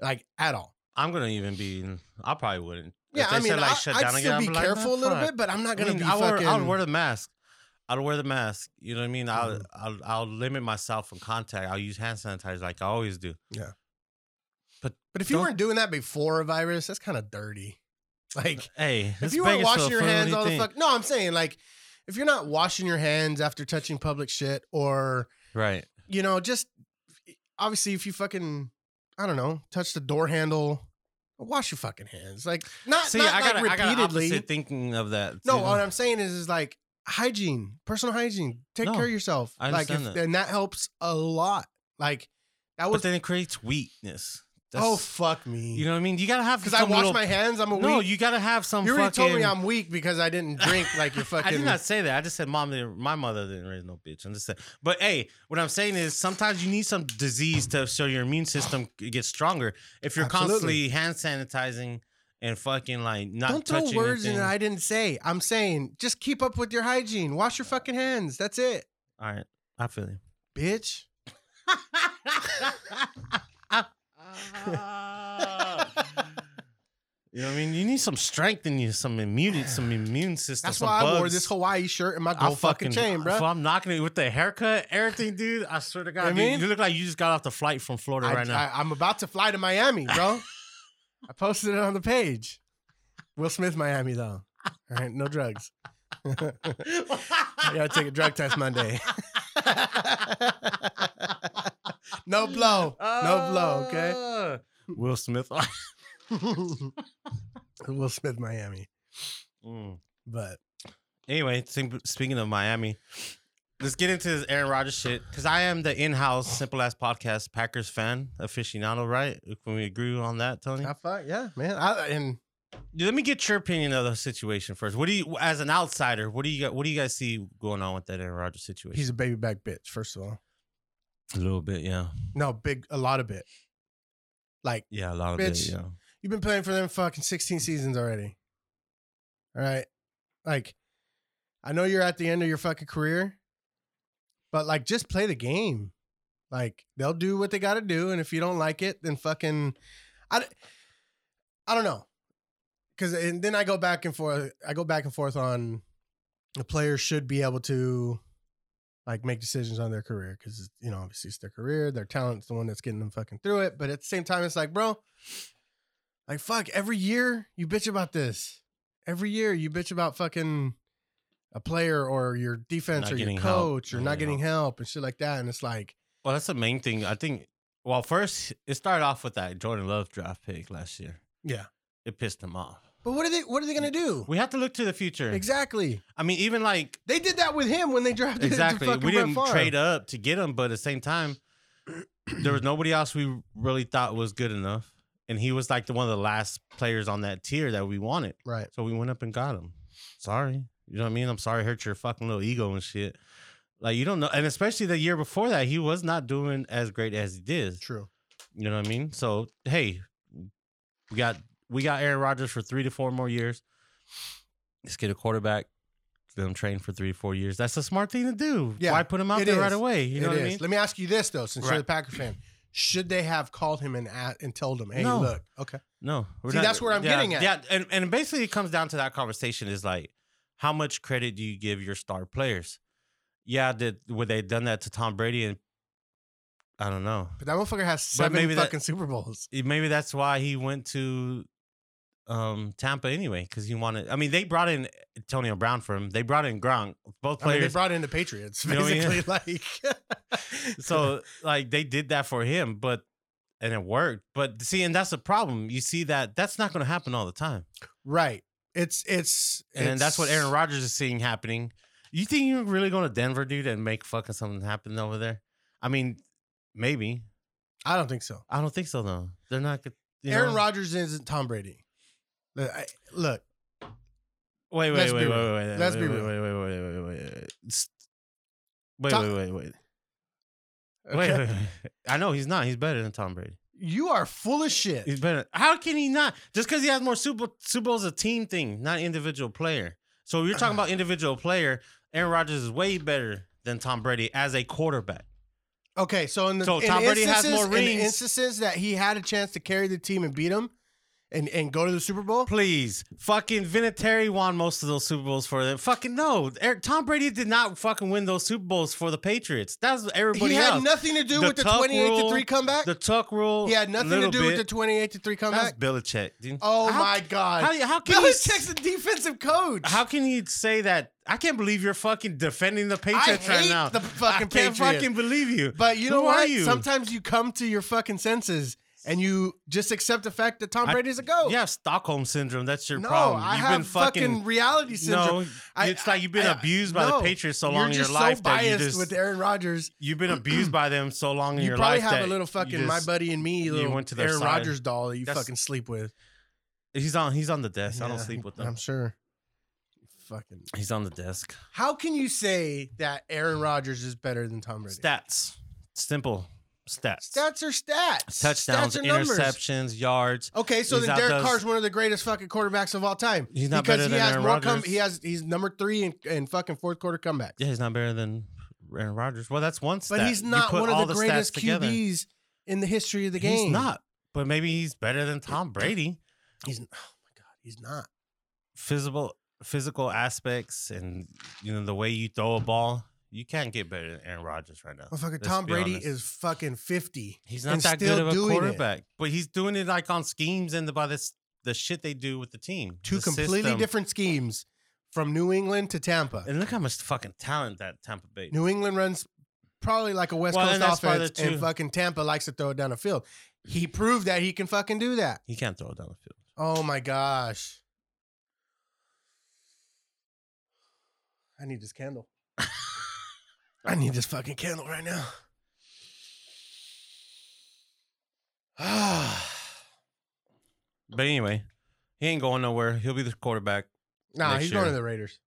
Speaker 3: like at all.
Speaker 4: I'm gonna even be. I probably wouldn't. If
Speaker 3: Yeah,
Speaker 4: they
Speaker 3: I mean,
Speaker 4: said,
Speaker 3: I, I'd still
Speaker 4: I'd
Speaker 3: be
Speaker 4: like,
Speaker 3: careful a
Speaker 4: "Man,
Speaker 3: little
Speaker 4: fuck."
Speaker 3: bit, but I'm not
Speaker 4: I
Speaker 3: gonna
Speaker 4: mean,
Speaker 3: be
Speaker 4: I
Speaker 3: fucking.
Speaker 4: Wear, I would wear the mask. I'd wear the mask. You know what I mean? I'll,
Speaker 3: Mhm.
Speaker 4: I'll I'll limit myself from contact. I'll use hand sanitizer like I always do.
Speaker 3: but if you
Speaker 4: don't-
Speaker 3: weren't doing that before a virus, that's kind of dirty. Like
Speaker 4: Hey,
Speaker 3: if
Speaker 4: it's
Speaker 3: you weren't
Speaker 4: Bakersfield
Speaker 3: washing your
Speaker 4: food, what do
Speaker 3: hands
Speaker 4: you
Speaker 3: all the
Speaker 4: think?
Speaker 3: fuck. No, I'm saying like if you're not washing your hands after touching public shit, or
Speaker 4: Right.
Speaker 3: you know, just obviously if you fucking I don't know, touch the door handle, wash your fucking hands. Like not
Speaker 4: See,
Speaker 3: not
Speaker 4: I
Speaker 3: like
Speaker 4: got I got
Speaker 3: repeatedly.
Speaker 4: opposite thinking of that.
Speaker 3: no,
Speaker 4: too.
Speaker 3: what I'm saying is is like hygiene, personal hygiene. Take
Speaker 4: No,
Speaker 3: care of yourself.
Speaker 4: I
Speaker 3: like
Speaker 4: understand that.
Speaker 3: and that helps a lot. Like that was
Speaker 4: but then it creates weakness.
Speaker 3: oh
Speaker 4: That's-
Speaker 3: fuck me.
Speaker 4: You know what I mean? You gotta have
Speaker 3: because I
Speaker 4: some
Speaker 3: wash
Speaker 4: little-
Speaker 3: my hands. I'm a
Speaker 4: No,
Speaker 3: weak.
Speaker 4: you gotta have some.
Speaker 3: You already
Speaker 4: fucking,
Speaker 3: told me I'm weak because I didn't drink like your fucking.
Speaker 4: I did not say that. I just said mom didn't. My mother didn't raise no bitch. I'm just saying. But hey, what I'm saying is sometimes you need some disease to so your immune system gets stronger. If you're constantly
Speaker 3: Absolutely.
Speaker 4: hand sanitizing and fucking like not
Speaker 3: Don't throw
Speaker 4: touching
Speaker 3: words in
Speaker 4: anything.
Speaker 3: that I didn't say. I'm saying just keep up with your hygiene. Wash your fucking hands. That's it,
Speaker 4: All right, I feel you.
Speaker 3: bitch.
Speaker 4: You know what I mean? You need some strength in you, some immune, some immune system.
Speaker 3: That's
Speaker 4: some
Speaker 3: why I wore
Speaker 4: bugs.
Speaker 3: this Hawaii shirt and my gold fucking, chain, bro.
Speaker 4: So I'm knocking it with the haircut, everything, dude. I swear to God,
Speaker 3: I
Speaker 4: dude,
Speaker 3: mean-
Speaker 4: you look like you just got off the flight from Florida
Speaker 3: I,
Speaker 4: right now.
Speaker 3: am about to fly to Miami, bro. I posted it on the page. Will Smith, Miami, though. All right, no drugs. I gotta take a drug test Monday. no blow, no blow. Okay.
Speaker 4: okay. Will Smith.
Speaker 3: Will Smith, Miami,
Speaker 4: Mm.
Speaker 3: but
Speaker 4: Anyway, think- speaking of Miami, let's get into this Aaron Rodgers shit because I am the in-house Simple Ass Podcast Packers fan aficionado. Right? Can we agree on that, Tony?
Speaker 3: I fuck yeah, man. I, and
Speaker 4: Let me get your opinion of the situation first. What do you, as an outsider, what do you, what do you guys see going on with that Aaron Rodgers situation?
Speaker 3: he's a baby back bitch. First of all,
Speaker 4: a little bit, yeah,
Speaker 3: no big, a lot of bit. Like
Speaker 4: yeah, a lot of
Speaker 3: Bitch.
Speaker 4: it, yeah.
Speaker 3: you've been playing for them fucking sixteen seasons already. All right, like I know you're at the end of your fucking career, but like just play the game. Like they'll do what they got to do, and if you don't like it, then fucking, I, d- I don't know, because and then I go back and forth. I go back and forth on the players should be able to like make decisions on their career because you know obviously it's their career, their talent's the one that's getting them fucking through it. But at the same time, it's like, bro, like fuck. Every year you bitch about this. Every year you bitch about fucking a player or your defense
Speaker 4: Not
Speaker 3: or your
Speaker 4: getting help.
Speaker 3: coach or
Speaker 4: Not
Speaker 3: not
Speaker 4: getting
Speaker 3: getting help and shit like that. And it's like,
Speaker 4: Well, that's the main thing. I think. Well, first it started off with that Jordan Love draft pick last year.
Speaker 3: yeah.
Speaker 4: It pissed him off.
Speaker 3: But what are they? What are they gonna do?
Speaker 4: We have to look to the future.
Speaker 3: exactly.
Speaker 4: I mean, even like
Speaker 3: They did that with him when they drafted
Speaker 4: exactly,
Speaker 3: Fucking
Speaker 4: we didn't
Speaker 3: Brett Favre.
Speaker 4: trade up to get him, but at the same time, there was nobody else we really thought was good enough, and he was like the one of the last players on that tier that we wanted.
Speaker 3: Right.
Speaker 4: So we went up and got him. Sorry. You know what I mean? I'm sorry it hurt your fucking little ego and shit. Like you don't know, and especially the year before that, he was not doing as great as he did.
Speaker 3: True.
Speaker 4: You know what I mean? So hey, we got we got Aaron Rodgers for three to four more years. Let's get a quarterback. Let him train for three to four years. That's a smart thing to do.
Speaker 3: Yeah,
Speaker 4: Why put him out
Speaker 3: it
Speaker 4: there right
Speaker 3: is.
Speaker 4: away? You know
Speaker 3: It
Speaker 4: what I
Speaker 3: is.
Speaker 4: mean?
Speaker 3: Let me ask you this though, since you're
Speaker 4: Right.
Speaker 3: the Packer fan, should they have called him and at, and told him, "Hey,
Speaker 4: No.
Speaker 3: look, okay,
Speaker 4: No. we're
Speaker 3: See, that's where I'm
Speaker 4: yeah,
Speaker 3: getting at.
Speaker 4: Yeah, and, and basically it comes down to that conversation is like, how much credit do you give your star players? Yeah, did would they done that to Tom Brady and I don't know.
Speaker 3: but that motherfucker has seven
Speaker 4: maybe that-
Speaker 3: fucking Super Bowls."
Speaker 4: Maybe that's why he went to um Tampa anyway, because he wanted I mean, they brought in Antonio Brown for him. They brought in Gronk, both
Speaker 3: I mean, they
Speaker 4: players.
Speaker 3: brought in the Patriots,
Speaker 4: You know what I
Speaker 3: basically.
Speaker 4: mean?
Speaker 3: Like,
Speaker 4: so like they did that for him, but and it worked. But see, and that's the problem. You see that that's not gonna happen all the time.
Speaker 3: right, it's it's
Speaker 4: And
Speaker 3: it's,
Speaker 4: that's what Aaron Rodgers is seeing happening. You think you're really going to Denver, dude, and make fucking something happen over there? I mean, maybe.
Speaker 3: I don't think so.
Speaker 4: I don't think so, though. They're not. good- You
Speaker 3: Aaron
Speaker 4: know?
Speaker 3: Rodgers isn't Tom Brady. Look, I, look,
Speaker 4: Wait, wait,
Speaker 3: Let's
Speaker 4: wait,
Speaker 3: be
Speaker 4: wait,
Speaker 3: real.
Speaker 4: wait, wait.
Speaker 3: Let's
Speaker 4: wait,
Speaker 3: be
Speaker 4: wait,
Speaker 3: real.
Speaker 4: Wait, wait, wait, wait, wait, wait, wait. It's- Wait,
Speaker 3: Tom-
Speaker 4: wait, wait, wait. Wait,
Speaker 3: okay?
Speaker 4: wait, wait. I know he's not. He's better than Tom Brady.
Speaker 3: you are full of shit.
Speaker 4: He's better. How can he not? Just because he has more Super Super Bowls, a team thing, not individual player. So you're talking about individual player. Aaron Rodgers is way better than Tom Brady as a quarterback.
Speaker 3: Okay, so in the
Speaker 4: So
Speaker 3: in
Speaker 4: Tom Brady has
Speaker 3: instances-
Speaker 4: more
Speaker 3: in the
Speaker 4: rings.
Speaker 3: instances that he had a chance to carry the team and beat him, and and go to the Super Bowl.
Speaker 4: Please, fucking Vinatieri won most of those Super Bowls for them. Fucking no, Eric, Tom Brady did not fucking win those Super Bowls for the Patriots. That's everybody
Speaker 3: He had
Speaker 4: else.
Speaker 3: nothing to do
Speaker 4: The
Speaker 3: with the
Speaker 4: tuck
Speaker 3: twenty-eight to
Speaker 4: rule,
Speaker 3: three comeback.
Speaker 4: the Tuck rule.
Speaker 3: he had nothing to
Speaker 4: little
Speaker 3: do with the
Speaker 4: bit.
Speaker 3: twenty-eight to three comeback.
Speaker 4: That's Belichick. dude.
Speaker 3: oh
Speaker 4: How-
Speaker 3: my god!
Speaker 4: How, how can you?
Speaker 3: Belichick's a defensive coach.
Speaker 4: How can you say that? I can't believe you're fucking defending the Patriots right
Speaker 3: hate
Speaker 4: now.
Speaker 3: the fucking
Speaker 4: I can't
Speaker 3: Patriots.
Speaker 4: fucking believe you.
Speaker 3: but you know
Speaker 4: Who
Speaker 3: what?
Speaker 4: Are you?
Speaker 3: Sometimes you come to your fucking senses and you just accept the fact that Tom
Speaker 4: I-
Speaker 3: Brady's a goat.
Speaker 4: you have Stockholm syndrome. That's your
Speaker 3: No,
Speaker 4: problem.
Speaker 3: I
Speaker 4: You've
Speaker 3: have
Speaker 4: been
Speaker 3: fucking, reality syndrome.
Speaker 4: No,
Speaker 3: I-
Speaker 4: it's like you've been
Speaker 3: I- I-
Speaker 4: abused by
Speaker 3: no,
Speaker 4: the Patriots so long in
Speaker 3: You're
Speaker 4: your
Speaker 3: just
Speaker 4: life
Speaker 3: so
Speaker 4: that you
Speaker 3: biased
Speaker 4: just
Speaker 3: with Aaron Rodgers.
Speaker 4: You've been abused by them so long in
Speaker 3: You
Speaker 4: your
Speaker 3: probably
Speaker 4: life.
Speaker 3: have a
Speaker 4: that
Speaker 3: little
Speaker 4: you
Speaker 3: fucking my
Speaker 4: just-
Speaker 3: buddy and me
Speaker 4: you
Speaker 3: little
Speaker 4: went to their
Speaker 3: Aaron
Speaker 4: side.
Speaker 3: Rodgers doll that you
Speaker 4: That's-
Speaker 3: fucking sleep with.
Speaker 4: He's on. He's on the desk. I don't
Speaker 3: Yeah,
Speaker 4: sleep with
Speaker 3: I'm
Speaker 4: them.
Speaker 3: sure. Fucking.
Speaker 4: He's on the desk.
Speaker 3: How can you say that Aaron Rodgers is better than Tom Brady?
Speaker 4: Stats. Simple stats.
Speaker 3: Stats are stats.
Speaker 4: Touchdowns,
Speaker 3: Stats are numbers.
Speaker 4: interceptions, yards.
Speaker 3: Okay, so
Speaker 4: He's
Speaker 3: then Derek
Speaker 4: outdoes-
Speaker 3: Carr's one of the greatest fucking quarterbacks of all time.
Speaker 4: He's not
Speaker 3: because
Speaker 4: better
Speaker 3: he
Speaker 4: than
Speaker 3: has
Speaker 4: Aaron
Speaker 3: more
Speaker 4: Rodgers.
Speaker 3: he has he's number three in, in fucking fourth quarter comebacks.
Speaker 4: Yeah, he's not better than Aaron Rodgers. Well, that's one stat.
Speaker 3: but he's
Speaker 4: You
Speaker 3: not
Speaker 4: put
Speaker 3: one of
Speaker 4: all
Speaker 3: the
Speaker 4: stats
Speaker 3: greatest
Speaker 4: together.
Speaker 3: QBs in the history of the game.
Speaker 4: He's not. But maybe he's better than Tom Brady.
Speaker 3: He's oh my god, he's not.
Speaker 4: Physical, physical aspects, and you know the way you throw a ball. You can't get better than Aaron Rodgers right now.
Speaker 3: Motherfucker,
Speaker 4: Let's
Speaker 3: Tom
Speaker 4: be
Speaker 3: Brady
Speaker 4: honest.
Speaker 3: is fucking fifty.
Speaker 4: He's not
Speaker 3: and
Speaker 4: that
Speaker 3: still
Speaker 4: good of a
Speaker 3: doing it.
Speaker 4: quarterback, but he's doing it like on schemes and by this the shit they do with the team.
Speaker 3: Two
Speaker 4: the
Speaker 3: completely
Speaker 4: system.
Speaker 3: different schemes from New England to Tampa.
Speaker 4: And look how much fucking talent that Tampa Bay.
Speaker 3: New England runs probably like a West
Speaker 4: Well, and that's
Speaker 3: Coast
Speaker 4: part of
Speaker 3: offense,
Speaker 4: it, too.
Speaker 3: and fucking Tampa likes to throw it down the field. He proved that he can fucking do that.
Speaker 4: He can't throw it down the field.
Speaker 3: Oh my gosh. I need this candle. I need this fucking candle right now.
Speaker 4: Ah. but anyway, he ain't going nowhere. He'll be the quarterback.
Speaker 3: Nah,
Speaker 4: Next
Speaker 3: he's going
Speaker 4: year.
Speaker 3: to the Raiders.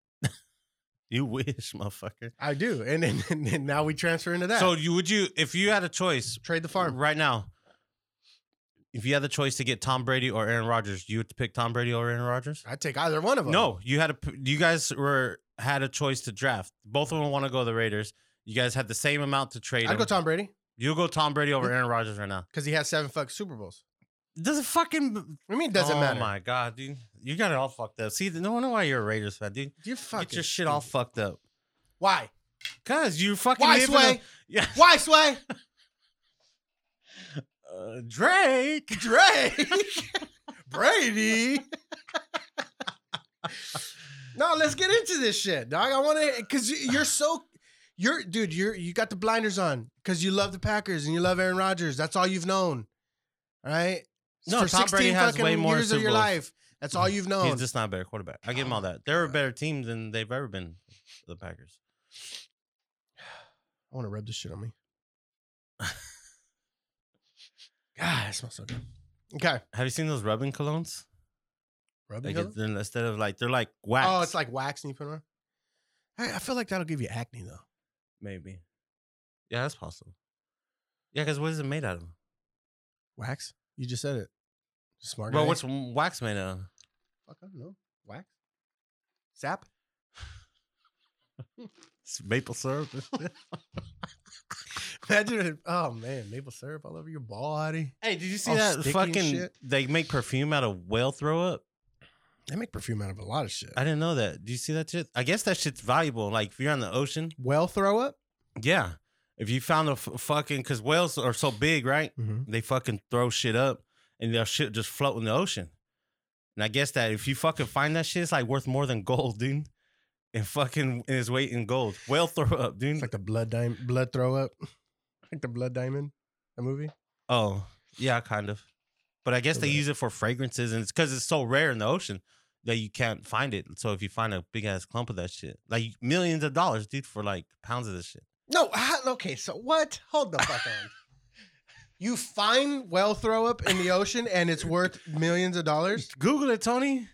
Speaker 4: You wish, motherfucker.
Speaker 3: I do, and then and then now we transfer into that.
Speaker 4: So
Speaker 3: So
Speaker 4: you would you if you had a choice
Speaker 3: trade the farm.
Speaker 4: right now? If you had the choice to get Tom Brady or Aaron Rodgers, you would pick Tom Brady or Aaron Rodgers?
Speaker 3: I take either one of them.
Speaker 4: No, you had a p- you guys were had a choice to draft. Both of them want to go to the Raiders. You guys had the same amount to trade.
Speaker 3: I'd go
Speaker 4: them.
Speaker 3: Tom Mm-hmm. Brady
Speaker 4: you go Tom Brady over Aaron Rodgers right now.
Speaker 3: because he has seven fuck Super Bowls.
Speaker 4: It doesn't fucking
Speaker 3: I mean, it doesn't
Speaker 4: oh
Speaker 3: matter.
Speaker 4: my god, dude, you got it all fucked up. See, no wonder why you're a Raiders fan, dude.
Speaker 3: You fucking
Speaker 4: Get your shit all
Speaker 3: stupid.
Speaker 4: fucked up.
Speaker 3: Why?
Speaker 4: Cause you fucking
Speaker 3: Why
Speaker 4: live in
Speaker 3: sway?
Speaker 4: a- yeah.
Speaker 3: Why sway?
Speaker 4: Uh, Drake.
Speaker 3: Drake Brady. no, let's get into this shit, dog. I want to because you're so you're dude. You're you got the blinders on because you love the Packers and you love Aaron Rodgers. That's all you've known, all right?
Speaker 4: No, Tom Brady has way more
Speaker 3: years of
Speaker 4: Super
Speaker 3: your
Speaker 4: Bowls.
Speaker 3: life. That's all you've known.
Speaker 4: He's just not a better quarterback. I give him all that. They're a better team than they've ever been. The Packers.
Speaker 3: I want to rub this shit on me. God, it smells so good. Okay,
Speaker 4: Have you seen those rubbing colognes?
Speaker 3: rub
Speaker 4: Like
Speaker 3: it.
Speaker 4: it's- they're- instead of like they're like wax.
Speaker 3: Oh, it's like wax and you put it on. I, I feel like that'll give you acne though.
Speaker 4: maybe. Yeah, that's possible. Yeah, because what is it made out of?
Speaker 3: Wax? You just said it. Smart.
Speaker 4: Bro,
Speaker 3: guy.
Speaker 4: what's wax made out of?
Speaker 3: Fuck, I don't know. Wax? Sap?
Speaker 4: It's maple syrup.
Speaker 3: Imagine it. Oh, man. Maple syrup all over your body.
Speaker 4: hey, did you see
Speaker 3: All
Speaker 4: that
Speaker 3: sticky and
Speaker 4: fucking?
Speaker 3: shit.
Speaker 4: They make perfume out of whale throw up.
Speaker 3: They make perfume out of a lot of shit.
Speaker 4: I didn't know that. Do you see that shit? I guess that shit's valuable. Like if you're on the ocean,
Speaker 3: Well, throw up?
Speaker 4: yeah. If you found a f- fucking, because whales are so big, right?
Speaker 3: Mm-hmm.
Speaker 4: they fucking throw shit up and their shit just float in the ocean. And I guess that if you fucking find that shit, it's like worth more than gold, dude. And fucking in its weight in gold. Whale throw up, dude.
Speaker 3: It's like the blood diamond, blood throw up. like the blood diamond, the movie.
Speaker 4: oh, yeah, kind of. But I guess they use it for fragrances and it's because it's so rare in the ocean that you can't find it. So if you find a big ass clump of that shit, like millions of dollars, dude, for like pounds of this shit.
Speaker 3: No, I- okay, so what? Hold the fuck on. You find well throw up in the ocean and it's worth millions of dollars?
Speaker 4: Google it, Tony.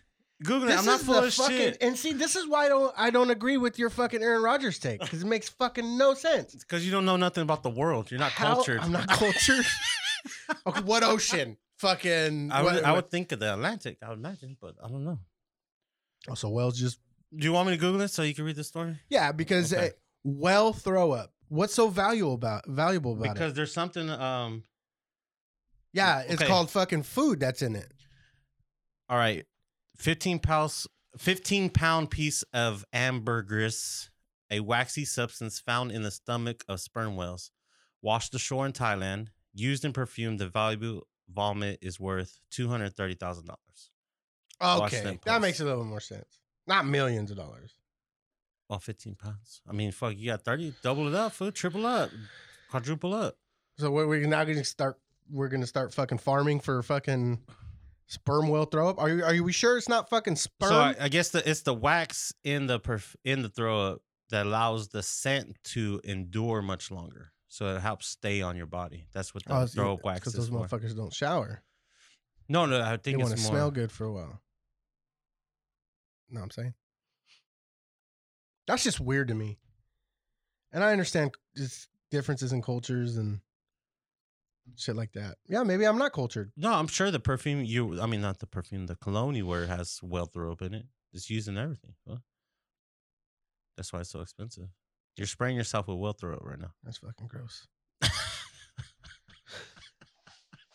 Speaker 4: Google it.
Speaker 3: This
Speaker 4: I'm not
Speaker 3: is
Speaker 4: full
Speaker 3: the
Speaker 4: of
Speaker 3: fucking,
Speaker 4: shit.
Speaker 3: And see, this is why I don't I don't agree with your fucking Aaron Rodgers take because it makes fucking no sense.
Speaker 4: It's because you don't know nothing about the world. You're not
Speaker 3: How-
Speaker 4: cultured.
Speaker 3: I'm not cultured. okay, what ocean? Fucking.
Speaker 4: I
Speaker 3: what-
Speaker 4: would, I
Speaker 3: what-
Speaker 4: would think of the Atlantic, I would imagine, but I don't know.
Speaker 3: Oh, so whales just.
Speaker 4: Do you want me to Google it so you can read the story?
Speaker 3: Yeah, because
Speaker 4: Okay.
Speaker 3: uh, whale throw up. What's so valuable about valuable about
Speaker 4: Because
Speaker 3: it?
Speaker 4: there's something. Um,
Speaker 3: Yeah, it's
Speaker 4: okay.
Speaker 3: called fucking food that's in it.
Speaker 4: all right, fifteen pounds, fifteen pound piece of ambergris, a waxy substance found in the stomach of sperm whales, washed ashore in Thailand, used in perfume. The valuable vomit is worth two hundred thirty thousand dollars.
Speaker 3: Okay,
Speaker 4: Washington
Speaker 3: that
Speaker 4: Post.
Speaker 3: makes a little more sense. Not millions of dollars.
Speaker 4: Well, Oh, fifteen pounds. I mean, fuck, you got thirty. Double it up, food. Triple up, quadruple up.
Speaker 3: So we're, we're now going to start. We're going to start fucking farming for fucking sperm whale throw up. Are you? Are you we sure it's not fucking sperm?
Speaker 4: So I, I guess the, it's the wax in the perf- in the throw up that allows the scent to endure much longer. So it helps stay on your body. That's what the
Speaker 3: Oh, it's-
Speaker 4: throw up wax
Speaker 3: because
Speaker 4: is
Speaker 3: those
Speaker 4: for.
Speaker 3: motherfuckers don't shower.
Speaker 4: No, no, I
Speaker 3: They
Speaker 4: think
Speaker 3: want
Speaker 4: it's
Speaker 3: to
Speaker 4: more.
Speaker 3: smell good for a while. No, I'm saying that's just weird to me. And I understand just differences in cultures and shit like that. Yeah, maybe I'm not cultured.
Speaker 4: No, I'm sure the perfume you. I mean, not the perfume. The cologne you wear has well throw up in it. It's used in everything. Huh? That's why it's so expensive. You're spraying yourself with well throw up right now.
Speaker 3: That's fucking gross.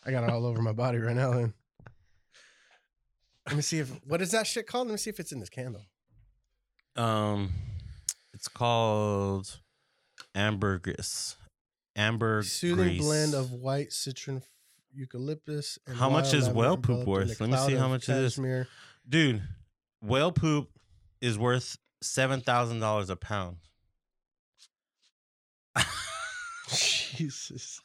Speaker 3: I got it all over my body right now. Then let me see if what is that shit called? Let me see if it's in this candle.
Speaker 4: Um, it's called ambergris. Amber
Speaker 3: Soothing blend of white citron, f- eucalyptus. And
Speaker 4: How much
Speaker 3: wild
Speaker 4: is
Speaker 3: lemon
Speaker 4: whale poop
Speaker 3: enveloped in
Speaker 4: worth?
Speaker 3: a
Speaker 4: Let me see
Speaker 3: cloud
Speaker 4: how
Speaker 3: of
Speaker 4: much it is.
Speaker 3: cashmere.
Speaker 4: Dude, whale poop is worth seven thousand dollars a pound.
Speaker 3: Jesus.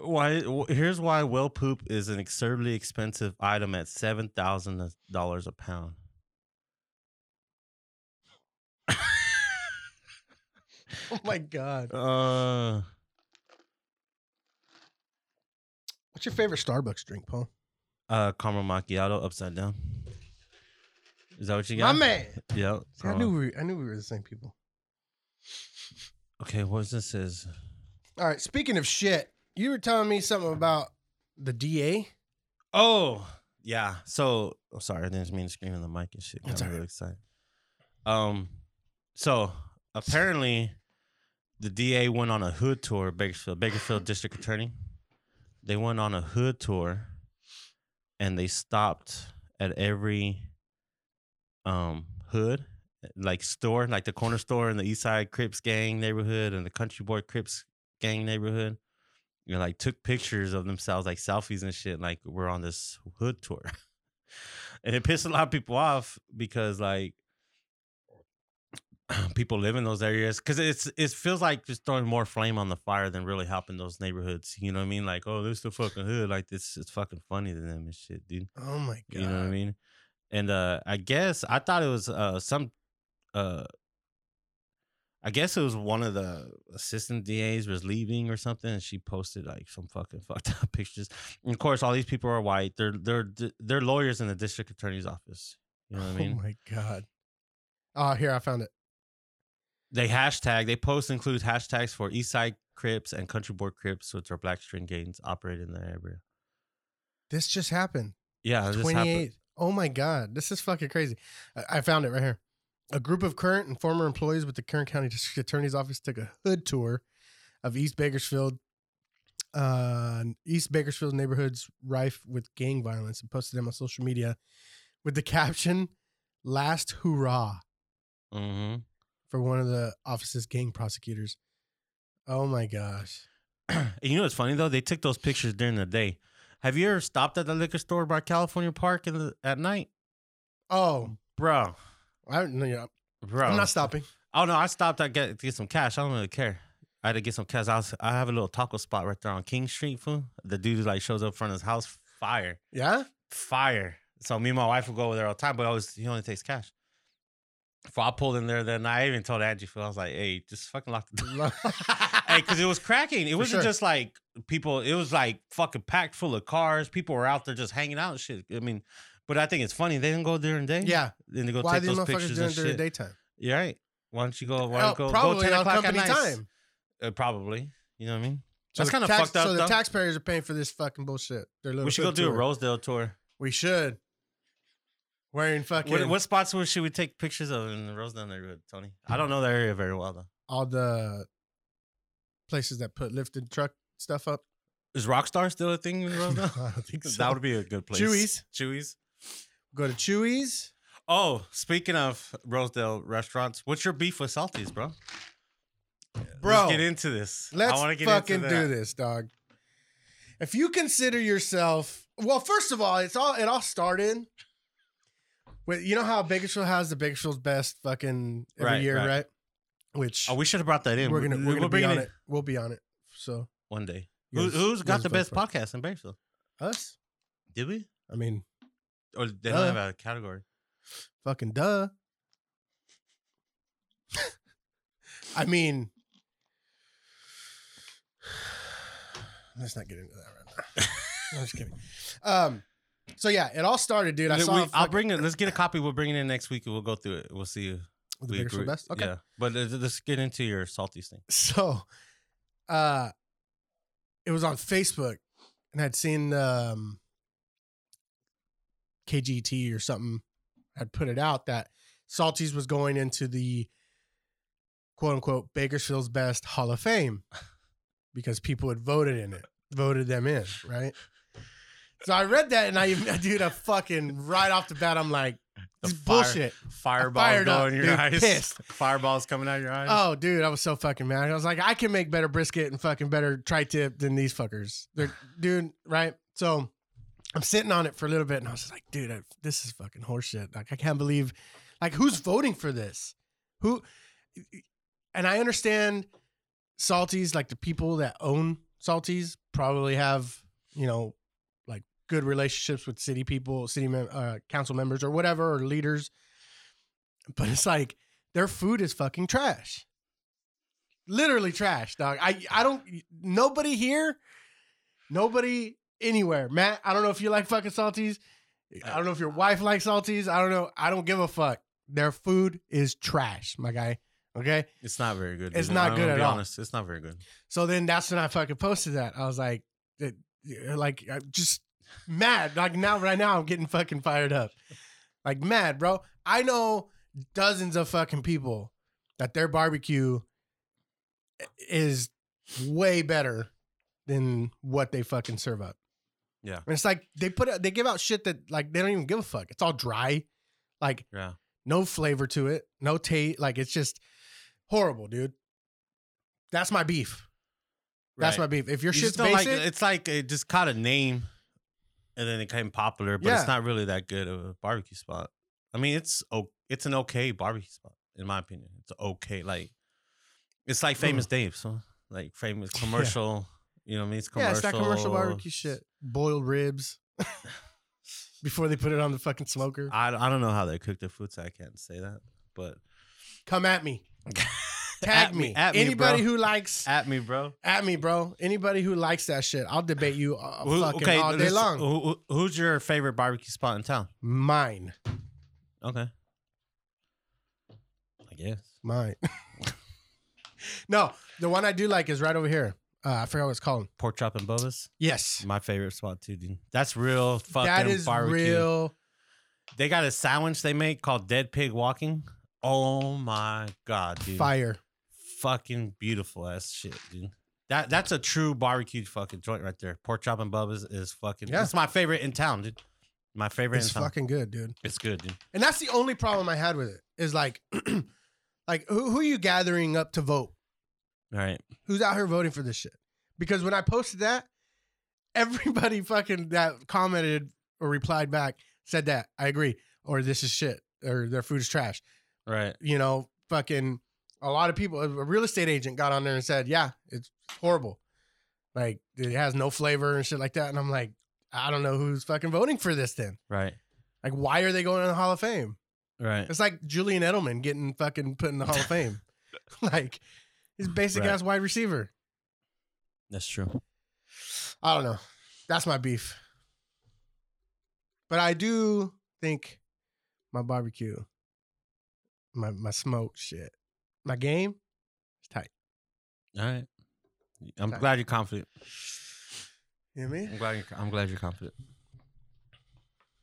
Speaker 4: Why? wh- Here's why whale poop is an absurdly expensive item at seven thousand dollars a pound.
Speaker 3: Oh my god.
Speaker 4: Uh,
Speaker 3: What's your favorite Starbucks drink, Paul?
Speaker 4: uh, caramel macchiato upside down. Is that what you got?
Speaker 3: My man.
Speaker 4: Yeah.
Speaker 3: See, I knew we I knew we were the same people.
Speaker 4: Okay, what this is?
Speaker 3: All right. Speaking of shit, you were telling me something about the DA.
Speaker 4: Oh, yeah. So, oh, sorry, I didn't mean to scream in the mic and shit.
Speaker 3: That's
Speaker 4: I'm
Speaker 3: all
Speaker 4: really excited. Um, so apparently, the DA went on a hood tour. Bakersfield, Bakersfield District Attorney, they went on a hood tour, and they stopped at every um hood, like store, like the corner store in the East Side Crips gang neighborhood and the Country Boy Crips gang neighborhood you know, like took pictures of themselves, like selfies and shit, like we're on this hood tour. and it pissed a lot of people off because like people live in those areas. Cause it's it feels like just throwing more flame on the fire than really helping those neighborhoods. You know what I mean? Like, oh, this the fucking hood. Like this is fucking funny to them and shit, dude.
Speaker 3: Oh my god.
Speaker 4: You know what I mean? And uh I guess I thought it was uh some uh I guess it was one of the assistant DAs was leaving or something, and she posted like some fucking fucked up pictures. And of course, all these people are white. They're they're they're lawyers in the district attorney's office. You know what I mean?
Speaker 3: Oh my god. Oh, here I found it.
Speaker 4: they hashtag they post includes hashtags for Eastside Crips and Country Boy Crips, which are black string gangs operating in the area.
Speaker 3: This just happened.
Speaker 4: Yeah, this happened.
Speaker 3: 28. Oh my God. This is fucking crazy. I, I found it right here. A group of current and former employees with the Kern County District Attorney's Office took a hood tour of East Bakersfield, uh, East Bakersfield neighborhoods rife with gang violence and posted them on social media with the caption, Last Hurrah
Speaker 4: Mhm.
Speaker 3: for one of the office's gang prosecutors. Oh my gosh.
Speaker 4: and you know what's funny though? They took those pictures during the day. Have you ever stopped at the liquor store by California Park in the, at night,
Speaker 3: Oh,
Speaker 4: bro?
Speaker 3: I don't know. yeah,
Speaker 4: Bro,
Speaker 3: I'm not stopping.
Speaker 4: Oh no, I stopped. I get to get some cash. I don't really care. I had to get some cash. I was, I have a little taco spot right there on King Street. Fool. The dude like shows up front of his house. Fire,
Speaker 3: Yeah?
Speaker 4: fire. So me and my wife would go over there all the time, but always he only takes cash. So I pulled in there that night. I even told Angie, fool, I was like, "Hey, just fucking lock the door." hey, because it was cracking. It wasn't
Speaker 3: sure.
Speaker 4: just like people. It was like fucking packed full of cars. People were out there just hanging out and shit. I mean, but I think it's funny they didn't go during the day.
Speaker 3: Yeah.
Speaker 4: then they go
Speaker 3: Why
Speaker 4: take
Speaker 3: these
Speaker 4: those
Speaker 3: motherfuckers
Speaker 4: pictures
Speaker 3: doing
Speaker 4: and
Speaker 3: it during the
Speaker 4: shit.
Speaker 3: daytime?
Speaker 4: You're right. Why don't you go? Why
Speaker 3: Oh,
Speaker 4: don't you go, go
Speaker 3: probably
Speaker 4: 10
Speaker 3: on
Speaker 4: o'clock at
Speaker 3: company
Speaker 4: night?
Speaker 3: time.
Speaker 4: Uh, probably. You know what I mean?
Speaker 3: So
Speaker 4: That's
Speaker 3: the
Speaker 4: kinda
Speaker 3: tax-
Speaker 4: fucked up,
Speaker 3: So the
Speaker 4: though.
Speaker 3: taxpayers are paying for this fucking bullshit. Their little
Speaker 4: we should go
Speaker 3: hood
Speaker 4: do a
Speaker 3: tour.
Speaker 4: Rosedale tour.
Speaker 3: We should. Wearing fucking
Speaker 4: What, what spots would- should we take pictures of in the Rosedale neighborhood, Tony? I don't know the area very well though.
Speaker 3: all the places that put lifted truck stuff up.
Speaker 4: Is Rockstar still a thing in Rosedale?
Speaker 3: I don't think so.
Speaker 4: That would be a good place.
Speaker 3: Chewy's.
Speaker 4: Chewy's.
Speaker 3: Go to Chewy's.
Speaker 4: Oh, speaking of Rosedale restaurants, what's your beef with Salties, bro?
Speaker 3: Bro,
Speaker 4: let's get into this.
Speaker 3: Let's
Speaker 4: I want to get
Speaker 3: fucking
Speaker 4: into
Speaker 3: do this, dog. If you consider yourself well, first of all, it's all it all started with you know how Bakersfield has the Bakersfield's best fucking every
Speaker 4: Right,
Speaker 3: year,
Speaker 4: right.
Speaker 3: right? Which
Speaker 4: Oh, we should have brought that in.
Speaker 3: we're gonna we're gonna be
Speaker 4: bringing
Speaker 3: on it. We'll be on it. So
Speaker 4: one day.
Speaker 3: you
Speaker 4: Who,
Speaker 3: guys-
Speaker 4: who's
Speaker 3: you
Speaker 4: got
Speaker 3: guys
Speaker 4: the
Speaker 3: vote
Speaker 4: best
Speaker 3: for it.
Speaker 4: podcast in Bakersfield?
Speaker 3: Us?
Speaker 4: Did we?
Speaker 3: I mean,
Speaker 4: Or they
Speaker 3: Uh.
Speaker 4: don't have a category.
Speaker 3: Fucking duh. I mean, let's not get into that right now. I'm just kidding. Um, so yeah, it all started, dude. I
Speaker 4: We-
Speaker 3: saw.
Speaker 4: we-
Speaker 3: a
Speaker 4: I'll
Speaker 3: fucking-
Speaker 4: bring it. Let's get a copy. We'll bring it in next week and we'll go through it. We'll see. if
Speaker 3: the
Speaker 4: we
Speaker 3: biggest for
Speaker 4: agree.
Speaker 3: best. Okay.
Speaker 4: Yeah. But let's- let's get into your salty thing.
Speaker 3: So, uh, it was on Facebook, and I'd seen um, KGT or something had put it out that Salties was going into the quote unquote Bakersfield's best Hall of Fame because people had voted in it, voted them in, right? So I read that and I, dude, I fucking right off the bat, I'm like,
Speaker 4: The
Speaker 3: this is
Speaker 4: fire-
Speaker 3: bullshit.
Speaker 4: Fireballs
Speaker 3: fired
Speaker 4: going
Speaker 3: up,
Speaker 4: in your
Speaker 3: dude,
Speaker 4: eyes.
Speaker 3: pissed.
Speaker 4: Fireballs coming out of your eyes.
Speaker 3: Oh, dude, I was so fucking mad. I was like, I can make better brisket and fucking better tri tip than these fuckers. They're, dude, right? So I'm sitting on it for a little bit and I was just like, dude, I, this is fucking horseshit. Like, I can't believe, like, who's voting for this? Who, and I understand Salties, like the people that own Salties probably have, you know, like good relationships with city people, city mem- uh, council members or whatever, or leaders. But it's like, their food is fucking trash. literally trash, dog. I I don't nobody here, nobody anywhere. Matt, I don't know if you like fucking salties. I don't know if your wife likes salties. I don't know. I don't give a fuck. Their food is trash, my guy. Okay.
Speaker 4: It's not very good.
Speaker 3: It's
Speaker 4: dude.
Speaker 3: not
Speaker 4: I'm
Speaker 3: good
Speaker 4: gonna
Speaker 3: at
Speaker 4: be
Speaker 3: all.
Speaker 4: Honest. It's not very good.
Speaker 3: So then that's when I fucking posted that. I was like, it- like I'm just mad. Like now, right now, I'm getting fucking fired up. Like mad, bro. I know dozens of fucking people that their barbecue is way better than what they fucking serve up.
Speaker 4: Yeah.
Speaker 3: And it's like they put out, they give out shit that like they don't even give a fuck. It's all dry. Like
Speaker 4: Yeah.
Speaker 3: no flavor to it, no taste. Like it's just horrible, dude. That's my beef. That's my
Speaker 4: Right.
Speaker 3: beef. If your
Speaker 4: You
Speaker 3: shit's
Speaker 4: just don't like-
Speaker 3: basic,
Speaker 4: it's like it just caught a name, and then it became popular. But
Speaker 3: Yeah.
Speaker 4: it's not really that good of a barbecue spot. I mean, it's o- it's an okay barbecue spot in my opinion. It's okay. Like it's like Famous Dave's, huh? like famous commercial. You know what I mean? It's commercial.
Speaker 3: yeah, it's that commercial barbecue shit. Boiled ribs before they put it on the fucking smoker.
Speaker 4: I, I don't know how they cook their food, so I can't say that. But
Speaker 3: Come at me. Tag
Speaker 4: At
Speaker 3: me.
Speaker 4: me, at me,
Speaker 3: Anybody
Speaker 4: bro.
Speaker 3: who likes
Speaker 4: at me, bro.
Speaker 3: at me, bro. Anybody who likes that shit, I'll debate you uh,
Speaker 4: Who-
Speaker 3: fucking all day
Speaker 4: listen,
Speaker 3: long.
Speaker 4: who- who- who's your favorite barbecue spot in town?
Speaker 3: Mine,
Speaker 4: Okay. I guess.
Speaker 3: mine. no, the one I do like is right over here. Uh, I forgot what it's called.
Speaker 4: Pork chop and Bubba's.
Speaker 3: Yes,
Speaker 4: My favorite spot too, dude. That's real fucking
Speaker 3: that is
Speaker 4: barbecue.
Speaker 3: real.
Speaker 4: They got a sandwich they make called Dead Pig Walking. Oh my god, dude!
Speaker 3: Fire.
Speaker 4: Fucking beautiful ass shit, dude. That that's a true barbecue fucking joint right there. Pork chop and Bubba's is fucking.
Speaker 3: Yeah.
Speaker 4: It's my favorite in town, dude. My favorite
Speaker 3: It's
Speaker 4: in town.
Speaker 3: fucking good, dude.
Speaker 4: it's good, dude.
Speaker 3: And that's the only problem I had with it is like, like who, who are you gathering up to vote?
Speaker 4: All right.
Speaker 3: Who's out here voting for this shit? Because when I posted that, everybody fucking that commented or replied back said that I agree or this is shit or their food is trash.
Speaker 4: Right.
Speaker 3: You know, fucking a lot of people. A real estate agent got on there and said, "Yeah, it's horrible. Like it has no flavor and shit like that." And I'm like, I don't know who's fucking voting for this then.
Speaker 4: Right.
Speaker 3: Like, why are they going in the Hall of Fame?
Speaker 4: Right.
Speaker 3: It's like Julian Edelman getting fucking put in the Hall of Fame. like he's a basic
Speaker 4: Right.
Speaker 3: ass wide receiver.
Speaker 4: That's true.
Speaker 3: I don't know. That's my beef. But I do think my barbecue, my my smoke shit, my game is tight.
Speaker 4: All right. I'm
Speaker 3: Okay.
Speaker 4: glad you're confident.
Speaker 3: You know what I mean?
Speaker 4: I'm glad. You're, I'm glad you're confident.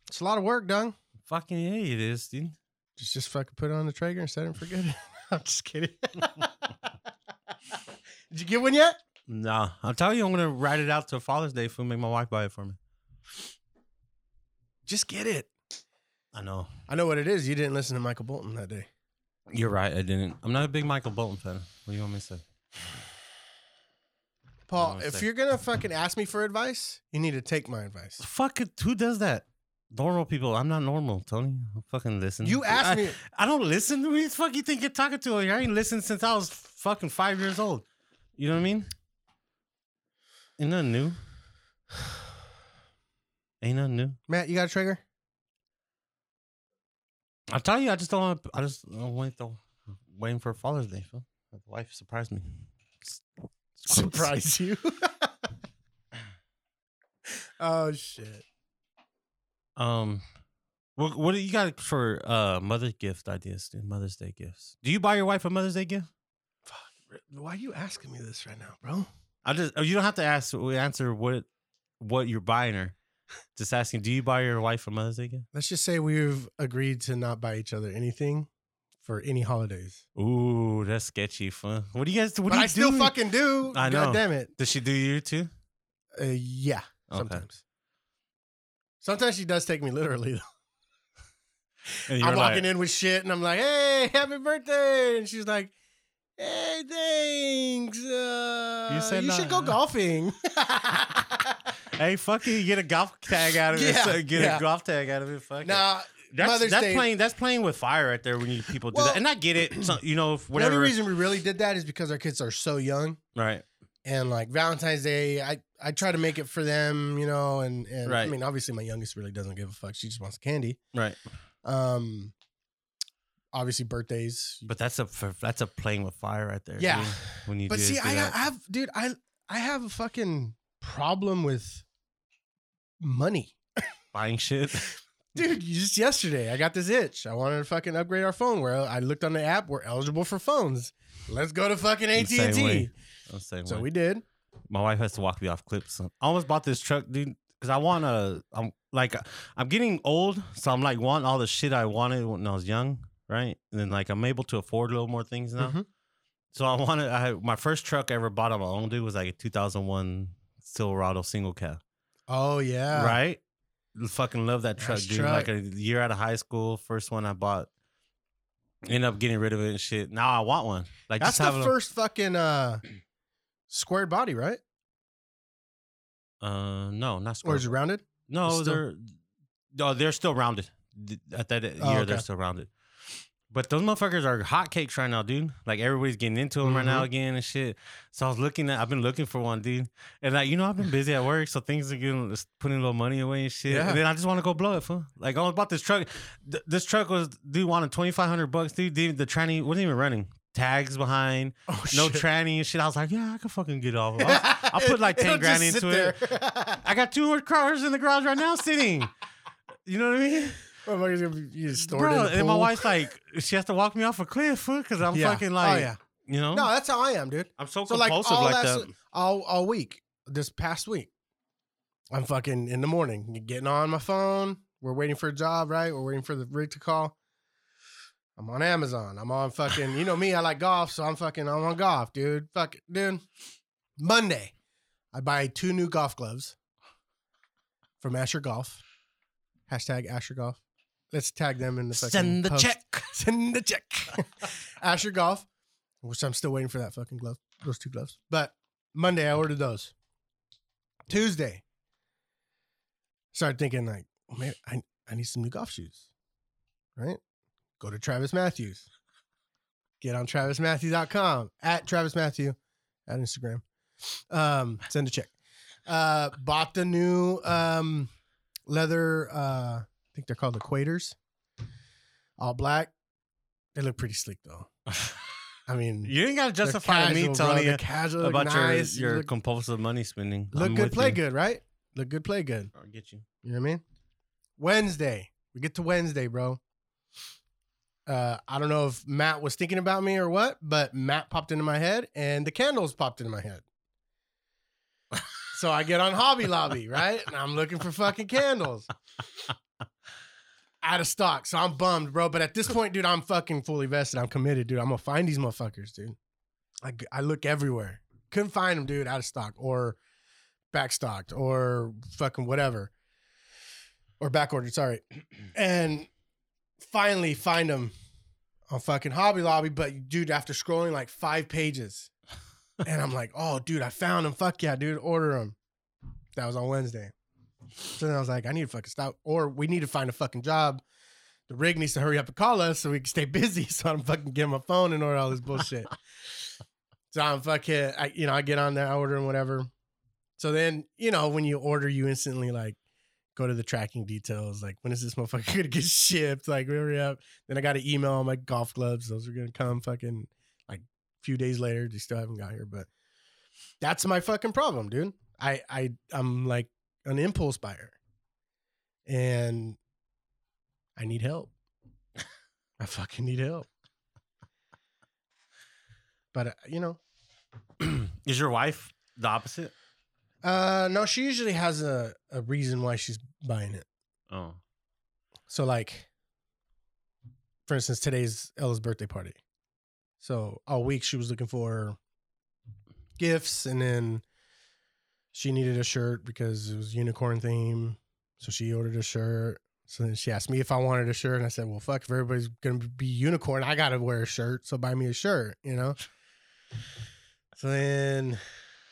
Speaker 3: It's a lot of work, Dung.
Speaker 4: Fucking yeah, it is, dude.
Speaker 3: Just just fucking put it on the Traeger and set it and forget it. I'm just kidding. Did you get one yet?
Speaker 4: Nah, I'll tell you, I'm gonna write it out to Father's Day food. Make my wife buy it for me.
Speaker 3: Just get it.
Speaker 4: I know.
Speaker 3: I know what it is. You didn't listen to Michael Bolton that day.
Speaker 4: You're right. I didn't. I'm not a big Michael Bolton fan. What do you want me to say?
Speaker 3: Paul,
Speaker 4: One
Speaker 3: if
Speaker 4: sec.
Speaker 3: you're gonna fucking ask me for advice, you need to take my advice.
Speaker 4: Fuck it. Who does that? Normal people. I'm not normal, Tony. I fucking listen.
Speaker 3: You
Speaker 4: I,
Speaker 3: asked me.
Speaker 4: I don't listen. Who the fuck you think you're talking to? I ain't listened since I was fucking five years old. You know what I mean? Ain't nothing new. Ain't nothing new.
Speaker 3: Matt, you got a trigger?
Speaker 4: I tell you, I just don't. want I just I wait though. Waiting for Father's Day. Phil. My wife surprised me.
Speaker 3: Surprise you. oh shit.
Speaker 4: Um, what what do you got for uh mother gift ideas, dude? Mother's Day gifts. Do you buy your wife a Mother's Day gift?
Speaker 3: Why are you asking me this right now, bro?
Speaker 4: I just oh, you don't have to ask. We answer what what you're buying her. Just asking, do you buy your wife a Mother's Day gift?
Speaker 3: Let's just say we've agreed to not buy each other anything for any holidays.
Speaker 4: Ooh, that's sketchy, fun. What do you guys? What
Speaker 3: but
Speaker 4: do you
Speaker 3: I still
Speaker 4: do?
Speaker 3: fucking do.
Speaker 4: I
Speaker 3: God
Speaker 4: know.
Speaker 3: damn it.
Speaker 4: Does she do you too?
Speaker 3: Uh, yeah.
Speaker 4: Okay.
Speaker 3: Sometimes. Sometimes she does take me literally. though.
Speaker 4: And
Speaker 3: I'm
Speaker 4: you're like,
Speaker 3: walking in with shit and I'm like, hey, happy birthday. And she's like, hey, thanks. Uh, you
Speaker 4: You said
Speaker 3: should go
Speaker 4: no-
Speaker 3: golfing.
Speaker 4: Hey, fuck you! You get a golf tag out of it.
Speaker 3: Yeah,
Speaker 4: so get
Speaker 3: yeah.
Speaker 4: a golf tag out of it. Fuck it.
Speaker 3: now,
Speaker 4: that's
Speaker 3: Mother's
Speaker 4: that's
Speaker 3: Day-
Speaker 4: playing. That's playing with fire right there when you people do
Speaker 3: Well-
Speaker 4: that. And I get it. So, you know, if
Speaker 3: the
Speaker 4: whatever.
Speaker 3: only reason we really did that is because our kids are so young.
Speaker 4: right.
Speaker 3: And like Valentine's Day, I, I try to make it for them, you know, and, and I
Speaker 4: Right.
Speaker 3: mean, obviously my youngest really doesn't give a fuck. She just wants candy.
Speaker 4: Right.
Speaker 3: Um, obviously birthdays.
Speaker 4: But that's a for, that's a playing with fire right there.
Speaker 3: Yeah.
Speaker 4: dude, when you
Speaker 3: but
Speaker 4: do,
Speaker 3: see,
Speaker 4: do
Speaker 3: I,
Speaker 4: that.
Speaker 3: I have, dude, I I have a fucking problem with money,
Speaker 4: buying shit.
Speaker 3: dude. Just yesterday, I got this itch. I wanted to fucking upgrade our phone. Where I looked on the app, we're eligible for phones. Let's go to fucking
Speaker 4: I'm
Speaker 3: AT
Speaker 4: the same
Speaker 3: and T.
Speaker 4: way. I'm the same
Speaker 3: So
Speaker 4: way.
Speaker 3: we did.
Speaker 4: my wife has to walk me off clips. I almost bought this truck, dude, because I want to. I'm like, I'm getting old, so I'm like wanting all the shit I wanted when I was young, right? And then like I'm able to afford a little more things now.
Speaker 3: Mhm.
Speaker 4: So I wanted. I my first truck I ever bought on my own, dude, was like a 2001 Silverado single cab,
Speaker 3: Oh yeah,
Speaker 4: right? Fucking love that truck,
Speaker 3: Nice
Speaker 4: dude. Like a year out of high school, first one I bought. End up getting rid of it and shit. Now I want one. Like
Speaker 3: That's
Speaker 4: just have
Speaker 3: the
Speaker 4: a-
Speaker 3: first fucking uh squared body, right?
Speaker 4: Uh, no, not
Speaker 3: Or
Speaker 4: square.
Speaker 3: is it rounded?
Speaker 4: No,
Speaker 3: Still-
Speaker 4: they're no, they're still rounded. Th- At that year,
Speaker 3: Oh,
Speaker 4: they're
Speaker 3: okay.
Speaker 4: still rounded. But those motherfuckers are hotcakes right now, dude. Like everybody's getting into them right
Speaker 3: Mm-hmm.
Speaker 4: now again and shit. So I was looking at, I've been looking for one, dude. And like, you know, I've been busy at work, so things are getting it's putting a little money away and shit.
Speaker 3: Yeah.
Speaker 4: And then I just want to go blow it, fool. Like I was bought this truck. Th- this truck was dude wanted twenty five hundred bucks, dude. The, the tranny wasn't even running. Tags behind,
Speaker 3: Oh
Speaker 4: no tranny and shit. I was like, yeah, I can fucking get off. I'll- I'll put like
Speaker 3: It'll
Speaker 4: ten grand
Speaker 3: just sit
Speaker 4: into it.
Speaker 3: there.
Speaker 4: I got two more cars in the garage right now sitting. You know what I mean?
Speaker 3: Motherfucker's gonna be you just stored
Speaker 4: Bro,
Speaker 3: in the
Speaker 4: and my
Speaker 3: pool.
Speaker 4: wife's like, she has to walk me off a cliff because I'm
Speaker 3: Yeah.
Speaker 4: fucking like,
Speaker 3: oh yeah.
Speaker 4: you know,
Speaker 3: No, that's how I am, dude.
Speaker 4: I'm so,
Speaker 3: So like
Speaker 4: compulsive
Speaker 3: all
Speaker 4: like,
Speaker 3: last,
Speaker 4: that.
Speaker 3: all all week, this past week, I'm fucking in the morning getting on my phone. We're waiting for a job, right? We're waiting for the rig to call. I'm on Amazon. I'm on fucking. You know me. I like golf, so I'm fucking. I'm on golf, dude. Fuck, it, dude. Monday, I buy two new golf gloves from Asher Golf. Hashtag Asher Golf. Let's tag them in the fucking
Speaker 4: Send the
Speaker 3: post.
Speaker 4: check.
Speaker 3: Send the check. Asher Golf, which I'm still waiting for that fucking glove, those two gloves. But Monday I ordered those. Tuesday, started thinking like, oh, man, I I need some new golf shoes, right? Go to Travis Matthews. Get on TravisMatthew.com at Travis Matthew at Instagram. Um, send a check. Uh, bought the new um, leather. Uh, I think they're called equators. All black. They look pretty sleek though. I mean,
Speaker 4: You ain't got to
Speaker 3: they're
Speaker 4: justify to me,
Speaker 3: casual, bro.
Speaker 4: Tony,
Speaker 3: They're casual, look
Speaker 4: about
Speaker 3: nice.
Speaker 4: your, your
Speaker 3: look,
Speaker 4: compulsive money spending.
Speaker 3: look
Speaker 4: I'm
Speaker 3: good,
Speaker 4: with
Speaker 3: play
Speaker 4: you.
Speaker 3: good, right? Look good, play good.
Speaker 4: I'll get you.
Speaker 3: You know what I mean? Wednesday. We get to Wednesday, bro. Uh, I don't know if Matt was thinking about me or what, but Matt popped into my head and the candles popped into my head. so I get on Hobby Lobby, right? And I'm looking for fucking candles. Out of stock. So I'm bummed, bro. But at this point, dude, I'm fucking fully vested. I'm committed, dude. I'm going to find these motherfuckers, dude. I, I look everywhere. Couldn't find them, dude, out of stock or back stocked or fucking whatever or back ordered, sorry. And finally find them on fucking Hobby Lobby. But dude, after scrolling like five pages, and I'm like, oh, dude, I found them. Fuck yeah, dude, order them. That was on Wednesday. So then I was like, I need to fucking stop, or we need to find a fucking job. The rig needs to hurry up and call us so we can stay busy. So I'm fucking getting my phone and order all this bullshit. so I'm fucking, I, you know, I get on there, I order and whatever. So then, you know, when you order, you instantly like go to the tracking details. Like, when is this motherfucker gonna get shipped? Like, hurry up. Then I got an email on my golf gloves. Those are gonna come fucking like a few days later. They still haven't got here, but that's my fucking problem, dude. I I I'm like an impulse buyer, and I need help. I fucking need help. But uh, you know,
Speaker 4: Is your wife the opposite?
Speaker 3: uh, no, she usually has a a reason why she's buying it.
Speaker 4: Oh,
Speaker 3: So like, for instance, today's Ella's birthday party. So all week she was looking for gifts, and then she needed a shirt because it was unicorn theme. So she ordered a shirt. So then she asked me if I wanted a shirt, and I said, "Well, fuck! If everybody's gonna be unicorn, I gotta wear a shirt. So buy me a shirt, you know." So then,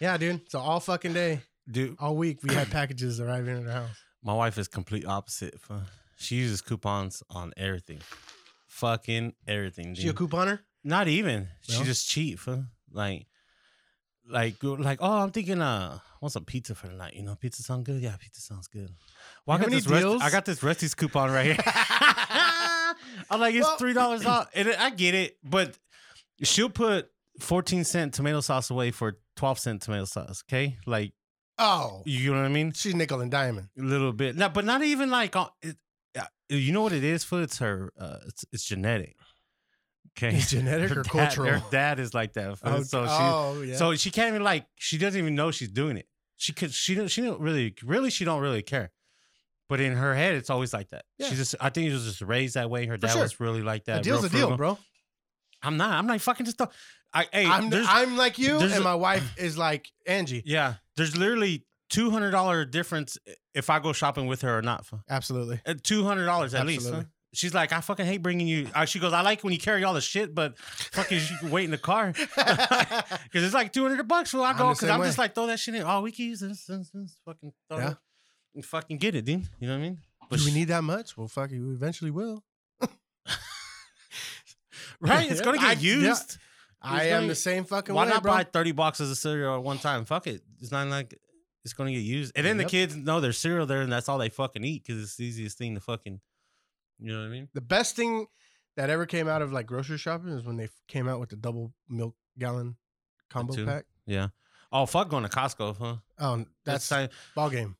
Speaker 3: yeah, dude. So all fucking day,
Speaker 4: dude,
Speaker 3: all week, we had packages arriving at our house.
Speaker 4: My wife is complete opposite. fool. She uses coupons on everything, fucking everything.
Speaker 3: She a
Speaker 4: dude.
Speaker 3: couponer?
Speaker 4: Not even.
Speaker 3: No?
Speaker 4: She just cheat for like, like, go- like. Oh, I'm thinking. Uh, I want some pizza for tonight. You know, pizza sound good. Yeah, pizza sounds good. Well, I got
Speaker 3: You have any
Speaker 4: this. Rust-
Speaker 3: deals?
Speaker 4: I got this Rusty's coupon right here. I'm like,
Speaker 3: Well-
Speaker 4: it's three dollars off. And I get it, but she'll put 14 cent tomato sauce away for 12 cent tomato sauce. Okay. Like,
Speaker 3: Oh,
Speaker 4: you know what I mean?
Speaker 3: she's nickel and diamond.
Speaker 4: A little bit. No, but not even like on it, uh, you know what it is for? It's her uh it's, it's genetic. Okay.
Speaker 3: It's genetic
Speaker 4: Her
Speaker 3: or
Speaker 4: dad-
Speaker 3: cultural?
Speaker 4: Her dad is like that. fool.
Speaker 3: Oh,
Speaker 4: so she
Speaker 3: oh, yeah.
Speaker 4: so she can't even like she doesn't even know she's doing it. She could she don't she don't really really she don't really care. But in her head, it's always like that.
Speaker 3: Yeah.
Speaker 4: She just I think she was just raised that way. Her dad
Speaker 3: sure.
Speaker 4: was really like that.
Speaker 3: a deal's
Speaker 4: real
Speaker 3: a deal,
Speaker 4: frugal.
Speaker 3: bro.
Speaker 4: I'm not. I'm like fucking just. don't- I hey.
Speaker 3: I'm
Speaker 4: there's,
Speaker 3: I'm like you,
Speaker 4: there's
Speaker 3: and
Speaker 4: a-
Speaker 3: my wife is like Angie.
Speaker 4: yeah. There's literally two hundred dollar difference if I go shopping with her or not.
Speaker 3: Absolutely.
Speaker 4: Two hundred dollars at least.
Speaker 3: Absolutely.
Speaker 4: huh? She's like, I fucking hate bringing you. uh, She goes, I like when you carry all the shit, but fucking you can wait in the car. Because it's like 200 bucks for I
Speaker 3: I'm
Speaker 4: go
Speaker 3: the
Speaker 4: because
Speaker 3: same
Speaker 4: I'm just
Speaker 3: way.
Speaker 4: like throw that shit in. Oh, we can use this, this, this fucking throw
Speaker 3: Yeah.
Speaker 4: it and fucking get it, dude. You know what I mean?
Speaker 3: Do we
Speaker 4: sh-
Speaker 3: need that much? Well, fuck you. We eventually will.
Speaker 4: right? It's gonna
Speaker 3: I-
Speaker 4: get
Speaker 3: yeah.
Speaker 4: used.
Speaker 3: I
Speaker 4: It's
Speaker 3: am
Speaker 4: gonna-
Speaker 3: the same fucking
Speaker 4: Why
Speaker 3: way,
Speaker 4: not
Speaker 3: bro.
Speaker 4: buy 30 boxes of cereal at one time? Fuck it. It's not like it's gonna get used. And then
Speaker 3: Yep.
Speaker 4: the kids know there's cereal there and that's all they fucking eat because it's the easiest thing to fucking. You know what I mean?
Speaker 3: the best thing that ever came out of like grocery shopping is when they f- came out with the double milk gallon combo
Speaker 4: two.
Speaker 3: pack.
Speaker 4: Yeah. Oh fuck, going to Costco, huh?
Speaker 3: Oh, that's
Speaker 4: like,
Speaker 3: ball game.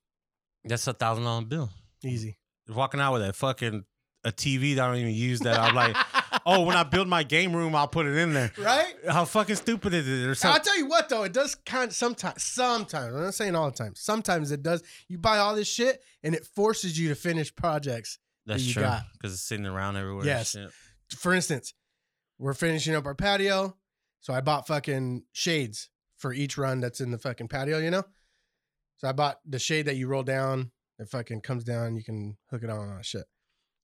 Speaker 4: that's a thousand dollar bill.
Speaker 3: Easy.
Speaker 4: Walking out with that fucking a TV that I don't even use that I'm like, oh, when I build my game room, I'll put it in there.
Speaker 3: right?
Speaker 4: How fucking stupid is it? Or
Speaker 3: I'll
Speaker 4: something.
Speaker 3: tell you what though, it does kind sometimes. Sometimes I'm not saying all the time. Sometimes it does. You buy all this shit and it forces you to finish projects.
Speaker 4: That's
Speaker 3: you
Speaker 4: true.
Speaker 3: got.
Speaker 4: Because it's sitting around everywhere. and
Speaker 3: Yes.
Speaker 4: shit.
Speaker 3: For instance, we're finishing up our patio, so I bought fucking shades for each run that's in the fucking patio. You know, so I bought the shade that you roll down. It fucking comes down. You can hook it on and all that shit.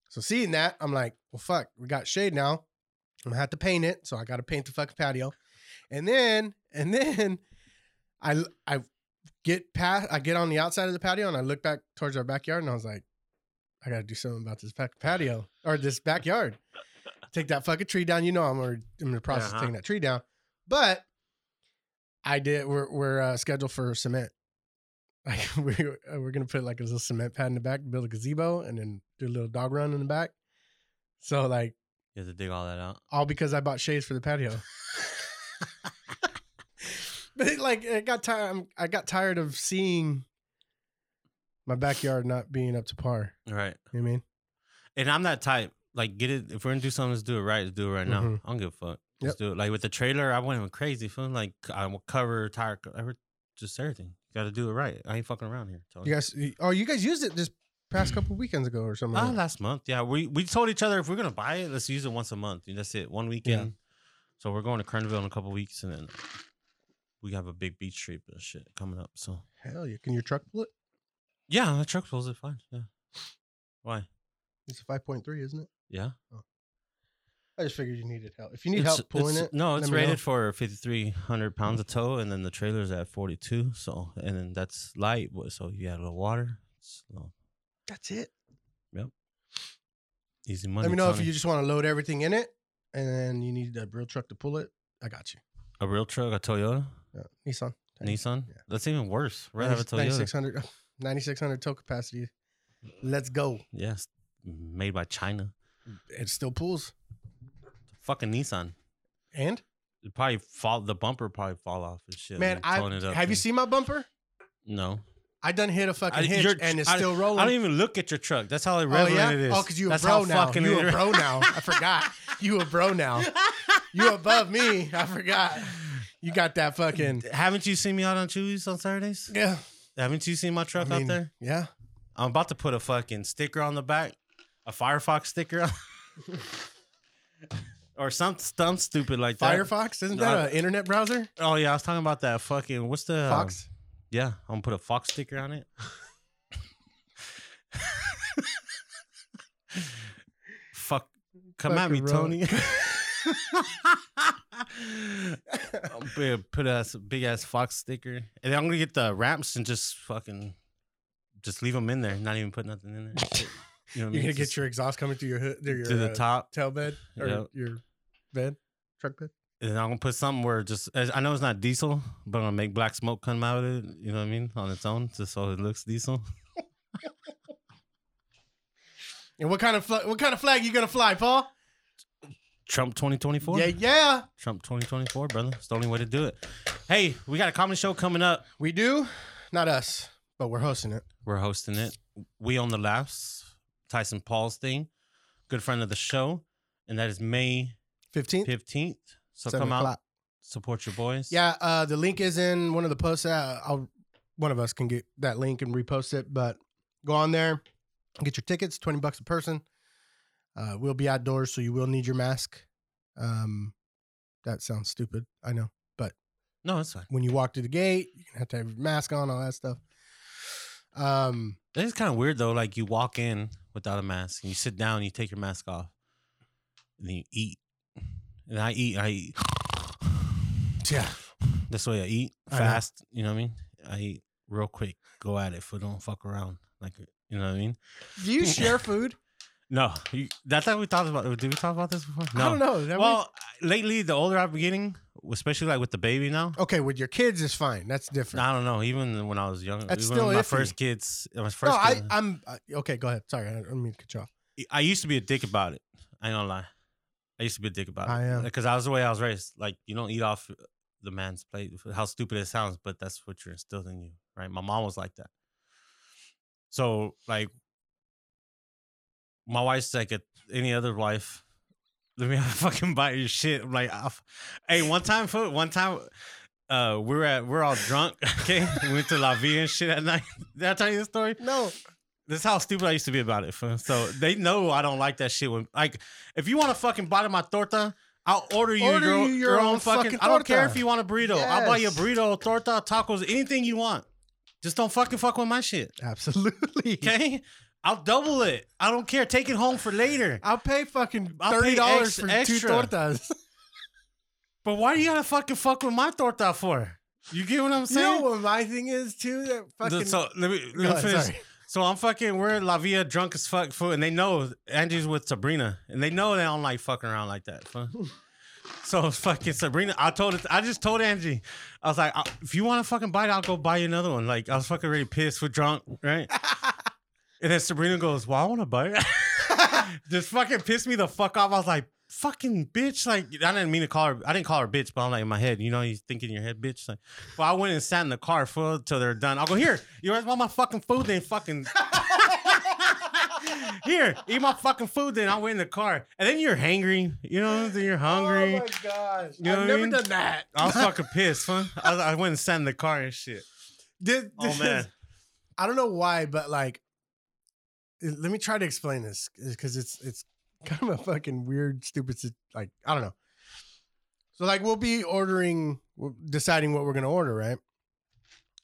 Speaker 3: So seeing that, I'm like, well, fuck, we got shade now. I'm gonna have to paint it, so I got to paint the fucking patio, and then and then I I get past I get on the outside of the patio and I look back towards our backyard and I was like, I got to do something about this back patio or this backyard. Take that fucking tree down. You know I'm already I'm in the process
Speaker 4: Uh-huh.
Speaker 3: of taking that tree down, but I did. We're we're uh, scheduled for cement. Like we uh, we're gonna put like a little cement pad in the back, build a gazebo, and then do a little dog run in the back. So like
Speaker 4: You have to dig all that out.
Speaker 3: all because I bought shades for the patio. but it, like, it got tired. I got tired of seeing my backyard not being up to par.
Speaker 4: All right.
Speaker 3: You know what I mean?
Speaker 4: And I'm that type. Like, get it. If we're going to do something, let's do it right. Let's do it right now.
Speaker 3: Mhm.
Speaker 4: I don't give a fuck. Let's do it. Like, with the trailer, I went even crazy. Feeling like I will cover, tire, co- every- just everything. Got to do it right. I ain't fucking around here. Tony.
Speaker 3: You guys, oh, you guys used it this past couple weekends ago or something.
Speaker 4: Ah,
Speaker 3: like that.
Speaker 4: last month. Yeah. We, we told each other if we're going to buy it, let's use it once a month. And that's it. One weekend.
Speaker 3: Mm-hmm.
Speaker 4: So we're going to Kernville in a couple weeks and then we have a big beach trip and shit coming up. So.
Speaker 3: Hell, you can your truck pull it?
Speaker 4: Yeah, my truck pulls it fine. Yeah. Why?
Speaker 3: It's a five point three, isn't it?
Speaker 4: Yeah.
Speaker 3: I just figured you needed help. If you need help pulling
Speaker 4: it's-
Speaker 3: it,
Speaker 4: No, it's
Speaker 3: let me know.
Speaker 4: rated for 5,300 pounds of tow, and then the trailer's at 42. So, and then that's light. but- So you add a little water. It's no,
Speaker 3: That's it.
Speaker 4: easy money.
Speaker 3: Let me know if
Speaker 4: Tony.
Speaker 3: you just want to load everything in it, and then you need a real truck to pull it. I got you.
Speaker 4: a real truck, a Toyota,
Speaker 3: Yeah, Nissan.
Speaker 4: Nissan.
Speaker 3: Yeah.
Speaker 4: That's even worse. Rather have a
Speaker 3: 90-
Speaker 4: Toyota.
Speaker 3: 9600 9600 oh, tow capacity. Let's go.
Speaker 4: Yes, made by China.
Speaker 3: It still pulls.
Speaker 4: Fucking Nissan.
Speaker 3: And
Speaker 4: It probably fall. The bumper probably fall off and shit.
Speaker 3: man,
Speaker 4: and
Speaker 3: I
Speaker 4: tone it up
Speaker 3: have you
Speaker 4: and-
Speaker 3: seen my bumper?
Speaker 4: No,
Speaker 3: I done hit a fucking
Speaker 4: I-
Speaker 3: hitch
Speaker 4: you're-
Speaker 3: and it's
Speaker 4: I-
Speaker 3: still rolling.
Speaker 4: I don't even look at your truck. That's how
Speaker 3: oh
Speaker 4: irrelevant
Speaker 3: yeah,
Speaker 4: it is.
Speaker 3: oh because you a
Speaker 4: That's
Speaker 3: bro
Speaker 4: how
Speaker 3: now.
Speaker 4: fucking
Speaker 3: You a
Speaker 4: irre-
Speaker 3: bro now. I forgot. You a bro now. You above me. I forgot. You got that fucking
Speaker 4: Haven't you seen me out on Chewy's on Saturdays?
Speaker 3: yeah.
Speaker 4: Haven't you seen my truck
Speaker 3: I mean,
Speaker 4: out there?
Speaker 3: Yeah.
Speaker 4: I'm about to put a fucking sticker on the back, a Firefox sticker, on, or some some stupid like that.
Speaker 3: Firefox isn't
Speaker 4: No, I-
Speaker 3: that an internet browser?
Speaker 4: Oh yeah, I was talking about that fucking what's the
Speaker 3: Fox.
Speaker 4: yeah, I'm gonna put a Fox sticker on it. Fuck, come at me,
Speaker 3: Fucking roll.
Speaker 4: Tony. I'm gonna put a big ass Fox sticker, and then I'm gonna get the ramps and just fucking just leave them in there, not even put nothing in there. Shit. You know what I
Speaker 3: You're
Speaker 4: mean?
Speaker 3: gonna
Speaker 4: Just
Speaker 3: get your exhaust coming through your hood, through your
Speaker 4: to the
Speaker 3: uh,
Speaker 4: top,
Speaker 3: tail bed or
Speaker 4: Yeah.
Speaker 3: your bed, truck bed.
Speaker 4: and I'm gonna put something where just as- I know it's not diesel, but I'm gonna make black smoke come out of it. You know what I mean? On its own, just so it looks diesel.
Speaker 3: And what kind of fl- what kind of flag you gonna fly, Paul?
Speaker 4: Trump 2024?
Speaker 3: Yeah, yeah,
Speaker 4: Trump 2024, brother. It's the only way to do it. Hey, we got a comedy show coming up.
Speaker 3: we do. Not us, but we're hosting it.
Speaker 4: We're hosting it. We on the Laughs, Tyson Paul's thing, good friend of the show. And that is May
Speaker 3: Fifteenth,
Speaker 4: 15th. So
Speaker 3: seven
Speaker 4: come out,
Speaker 3: o'clock.
Speaker 4: support your boys.
Speaker 3: Yeah, uh, the link is in one of the posts. Uh, I'll one of us can get that link and repost it. But go on there, get your tickets. Twenty bucks a person. Uh, we'll be outdoors, so you will need your mask. Um, that sounds stupid. I know.
Speaker 4: No, it's fine.
Speaker 3: When you walk through the gate, you have to have your mask on, all that stuff. Um,
Speaker 4: It's kind of weird though. Like you walk in without a mask, and you sit down, you take your mask off, and then you eat. And I eat. I eat.
Speaker 3: yeah.
Speaker 4: That's the way I eat
Speaker 3: I know.
Speaker 4: fast. You know what I mean? I eat real quick. Go at it. Food don't fuck around. Like you know what I mean?
Speaker 3: Do you share food?
Speaker 4: No, you, that's how we talked about. Did we talk about this before? No.
Speaker 3: I don't know. That
Speaker 4: Well, lately, the older I'm getting, especially like with the baby now,
Speaker 3: we- okay, with your kids is fine. That's different.
Speaker 4: I don't know. Even when I was young,
Speaker 3: Oh, That's
Speaker 4: even
Speaker 3: still
Speaker 4: when my
Speaker 3: iffy.
Speaker 4: first kids, my first.
Speaker 3: no, I,
Speaker 4: kid-
Speaker 3: I'm uh, okay. Go ahead. Sorry, I didn't mean to cut you off.
Speaker 4: I used to be a dick about it. I ain't gonna lie. I used to be a dick about it.
Speaker 3: I am.
Speaker 4: Because that was the way I was raised. Like, you don't eat off the man's plate. How stupid it sounds, but that's what you're instilled in you, right? My mom was like that. So, like, my wife's like a, any other wife. Let me have a fucking bite of your shit. I'm like, I'll f- hey, one time, food, one time, uh, we were at, we're all drunk. Okay, we went to La Vie and shit at night. Did I tell you the story?
Speaker 3: No,
Speaker 4: This is how stupid I used to be about it. fool. So they know I don't like that shit. When like, if you want to fucking bite of my torta, I'll order you,
Speaker 3: Order
Speaker 4: your,
Speaker 3: you
Speaker 4: own-
Speaker 3: your
Speaker 4: your
Speaker 3: own
Speaker 4: own, fucking.
Speaker 3: fucking
Speaker 4: I don't care
Speaker 3: torta.
Speaker 4: if you want a burrito. I'll buy you a
Speaker 3: Yes.
Speaker 4: burrito, torta, tacos, anything you want. Just don't fucking fuck with my shit.
Speaker 3: absolutely.
Speaker 4: Okay, I'll double it. I don't care. Take it home for later.
Speaker 3: I'll pay fucking
Speaker 4: I'll
Speaker 3: thirty
Speaker 4: pay ex-
Speaker 3: dollars for two
Speaker 4: extra.
Speaker 3: tortas.
Speaker 4: But why do you gotta fucking fuck with my torta for? You get what I'm
Speaker 3: you know
Speaker 4: saying?
Speaker 3: what my thing is too? That fucking
Speaker 4: so let me,
Speaker 3: Go
Speaker 4: let me
Speaker 3: ahead,
Speaker 4: finish.
Speaker 3: sorry.
Speaker 4: So I'm fucking we're at La Via drunk as fuck fool, and they know Angie's with Sabrina, and they know they don't like fucking around like that. fool. So fucking Sabrina, I told it. I just told Angie, I was like, "I- if you want to fucking bite, I'll go buy you another one. Like I was fucking already pissed, we're drunk, right? and then Sabrina goes, "Well, I want to bite." just fucking pissed me the fuck off. I was like, "Fucking bitch!" Like I didn't mean to call her. I didn't call her bitch, but I'm like in my head, you know, you think in your head, bitch. Like, well, I went and sat in the car full till they're done. I'll go here. You guys want my fucking food? Then fucking here, eat my fucking food. Then I went in the car, and then you're hangry. You know, then you're hungry.
Speaker 3: Oh my gosh!
Speaker 4: You know
Speaker 3: I've
Speaker 4: what I
Speaker 3: never
Speaker 4: mean?
Speaker 3: done that.
Speaker 4: I was fucking pissed, huh? I, was- I went and sat in the car and shit.
Speaker 3: This,
Speaker 4: Oh,
Speaker 3: this
Speaker 4: man.
Speaker 3: Is, I don't know why, but like, let me try to explain this because it's it's kind of a fucking weird, stupid. sit- Like I don't know. So like we'll be ordering, we're deciding what we're gonna order, right?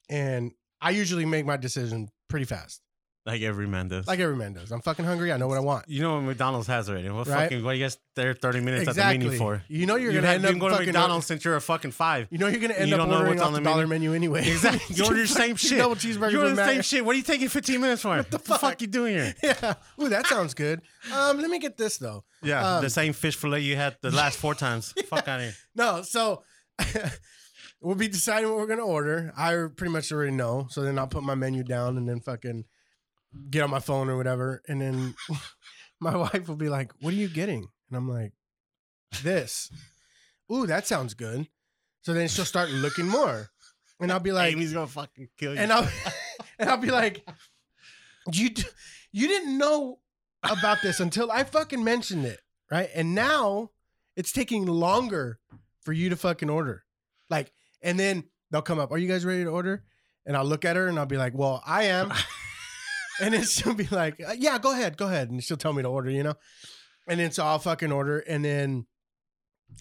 Speaker 3: And I usually make my decision pretty fast,
Speaker 4: Like every man does.
Speaker 3: like every man does. I'm fucking hungry. I know what I want.
Speaker 4: you know what McDonald's has already. What
Speaker 3: Right.
Speaker 4: fucking? What you guys there thirty minutes at the meeting for?
Speaker 3: You know you're
Speaker 4: you
Speaker 3: gonna end up
Speaker 4: been going to
Speaker 3: fucking
Speaker 4: McDonald's since you're a fucking five.
Speaker 3: You know you're gonna end
Speaker 4: You
Speaker 3: up
Speaker 4: don't know
Speaker 3: ordering
Speaker 4: what's
Speaker 3: off
Speaker 4: on
Speaker 3: the
Speaker 4: the
Speaker 3: dollar menu anyway.
Speaker 4: Exactly. You order the same
Speaker 3: Fucking
Speaker 4: shit.
Speaker 3: Double cheeseburger.
Speaker 4: You order
Speaker 3: Big
Speaker 4: the
Speaker 3: Mac.
Speaker 4: same shit. What are you taking 15 minutes for? What
Speaker 3: the fuck?
Speaker 4: fuck you doing here?
Speaker 3: Yeah. Ooh, that sounds good. Um, let me get this though.
Speaker 4: Yeah,
Speaker 3: Um,
Speaker 4: the same fish fillet you had the last four times. Fuck out of here.
Speaker 3: No, so we'll be deciding what we're gonna order. I pretty much already know. So then I'll put my menu down and then fucking get on my phone or whatever. And then my wife will be like, "What are you getting?" And I'm like, "This." Ooh, that sounds good. So then she'll start looking more, and I'll be like,
Speaker 4: Amy's gonna fucking kill you.
Speaker 3: and I'll and I'll be like, you d- you didn't know about this until I fucking mentioned it, right? And now it's taking longer for you to fucking order, like, and then they'll come up. Are you guys ready to order? And I'll look at her and I'll be like, well, I am. and then she'll be like, "Uh, yeah, go ahead, go ahead, and she'll tell me to order, you know. And then so I'll fucking order, and then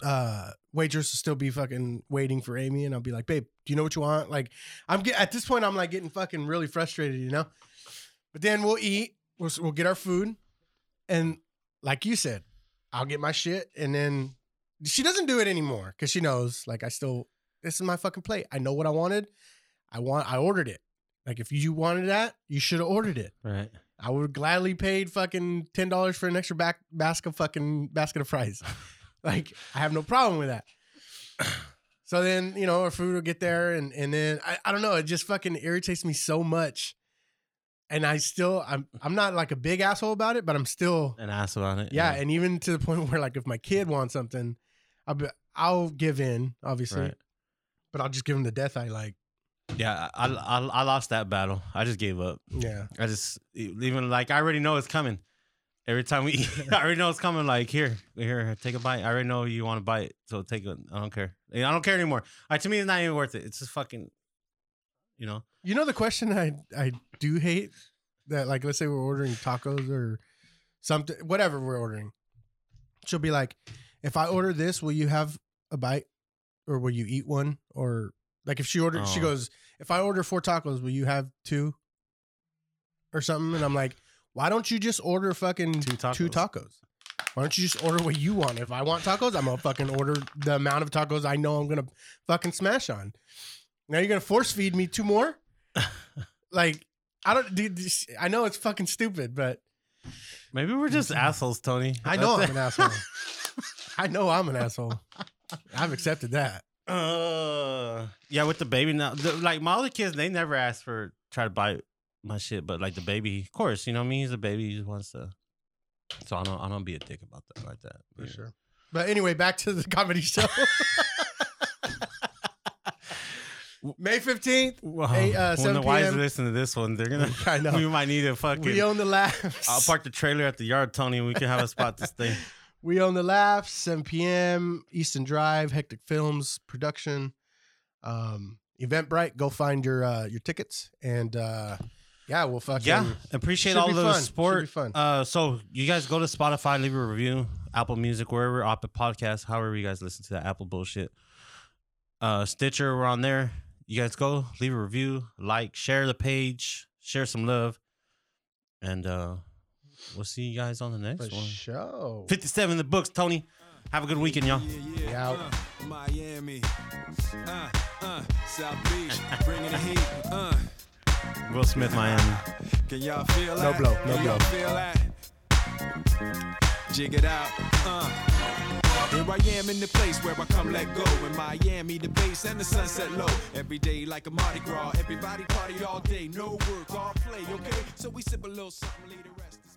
Speaker 3: uh waitress will still be fucking waiting for Amy, and I'll be like, babe, do you know what you want? Like, I'm get at this point, I'm like getting fucking really frustrated, you know. But then we'll eat, we'll, s- we'll get our food, and like you said, I'll get my shit, and then she doesn't do it anymore because she knows, like, I still this is my fucking plate. I know what I wanted. I want. I ordered it. Like, if you wanted that, you should have ordered it.
Speaker 4: right.
Speaker 3: I would gladly paid fucking ten dollars for an extra back basket fucking basket of fries. like I have no problem with that. So then you know our food will get there, and and then I, I don't know. It just fucking irritates me so much and I still I'm I'm not like a big asshole about it, but I'm still
Speaker 4: an ass about it.
Speaker 3: yeah, and even to the point where like if my kid wants something, I'll be, I'll give in obviously,
Speaker 4: Right.
Speaker 3: but I'll just give him the death eye like
Speaker 4: yeah. I, I I lost that battle. I just gave up.
Speaker 3: yeah
Speaker 4: I just even like I already know it's coming. Every time we, eat, I already know it's coming. Like here, here, take a bite. I already know you want to bite, so take it. I don't care. I don't care anymore. Like, to me, it's not even worth it. It's just fucking, you know.
Speaker 3: You know the question I I do hate that like let's say we're ordering tacos or something whatever we're ordering. She'll be like, "If I order this, will you have a bite or will you eat one?" Or like if she ordered she
Speaker 4: Oh.
Speaker 3: goes, "If I order four tacos, will you have two or something?" And I'm like, "Why don't you just order fucking
Speaker 4: Two tacos.
Speaker 3: two tacos? Why don't you just order what you want? If I want tacos, I'm gonna fucking order the amount of tacos I know I'm gonna fucking smash on. Now you're gonna force feed me two more? like I don't. Dude, this- I know it's fucking stupid, but
Speaker 4: Maybe we're just assholes, Tony.
Speaker 3: Mm-hmm. I know I'm
Speaker 4: That's it.
Speaker 3: an asshole. I know I'm an asshole. I've accepted that.
Speaker 4: Uh, yeah, with the baby now, the, like my other kids, they never asked for try to buy my shit, but like the baby, of course, you know what I mean. He's a baby, he just wants to. So I don't, I don't be a dick about that like that.
Speaker 3: For
Speaker 4: Yeah.
Speaker 3: sure. But anyway, back to the comedy show. May 15th.
Speaker 4: Well,
Speaker 3: Eight, uh,
Speaker 4: when
Speaker 3: 7
Speaker 4: the wives
Speaker 3: p.m..
Speaker 4: listen to this one, they're gonna.
Speaker 3: I
Speaker 4: We
Speaker 3: know.
Speaker 4: might need a fucking.
Speaker 3: We own the laughs.
Speaker 4: I'll park the trailer at the yard, Tony. and We can have a spot to stay.
Speaker 3: We own the laughs. 7 p.m. Easton Drive, Hectic Films production. Um, Eventbrite. Go find your uh, your tickets, and uh, yeah, we'll fucking
Speaker 4: yeah, appreciate
Speaker 3: Should
Speaker 4: all
Speaker 3: be
Speaker 4: the
Speaker 3: fun. Should
Speaker 4: support.
Speaker 3: be fun.
Speaker 4: Uh, so you guys go to Spotify, leave a review, Apple Music, wherever, Apple Podcast, however you guys listen to that Apple bullshit. Uh, Stitcher, we're on there. You guys go leave a review, like, share the page, share some love, and uh, we'll see you guys on the
Speaker 3: the
Speaker 4: next one.
Speaker 3: show.
Speaker 4: Fifty-seven in the books, Tony. Have a good weekend, y'all.
Speaker 5: Yeah,
Speaker 3: We out.
Speaker 5: uh, Miami. Uh, uh, South Beach, bringing the heat. Uh,
Speaker 4: Will Smith, Miami.
Speaker 5: can y'all feel that?
Speaker 3: blow,
Speaker 5: Can
Speaker 3: no blow.
Speaker 5: y'all feel that? Jig it out. Uh. Here I am in the place where I come let go. In Miami, the base and the sunset low. Every day like a Mardi Gras. Everybody party all day. No work, all play, okay? So we sip a little something, leave the rest.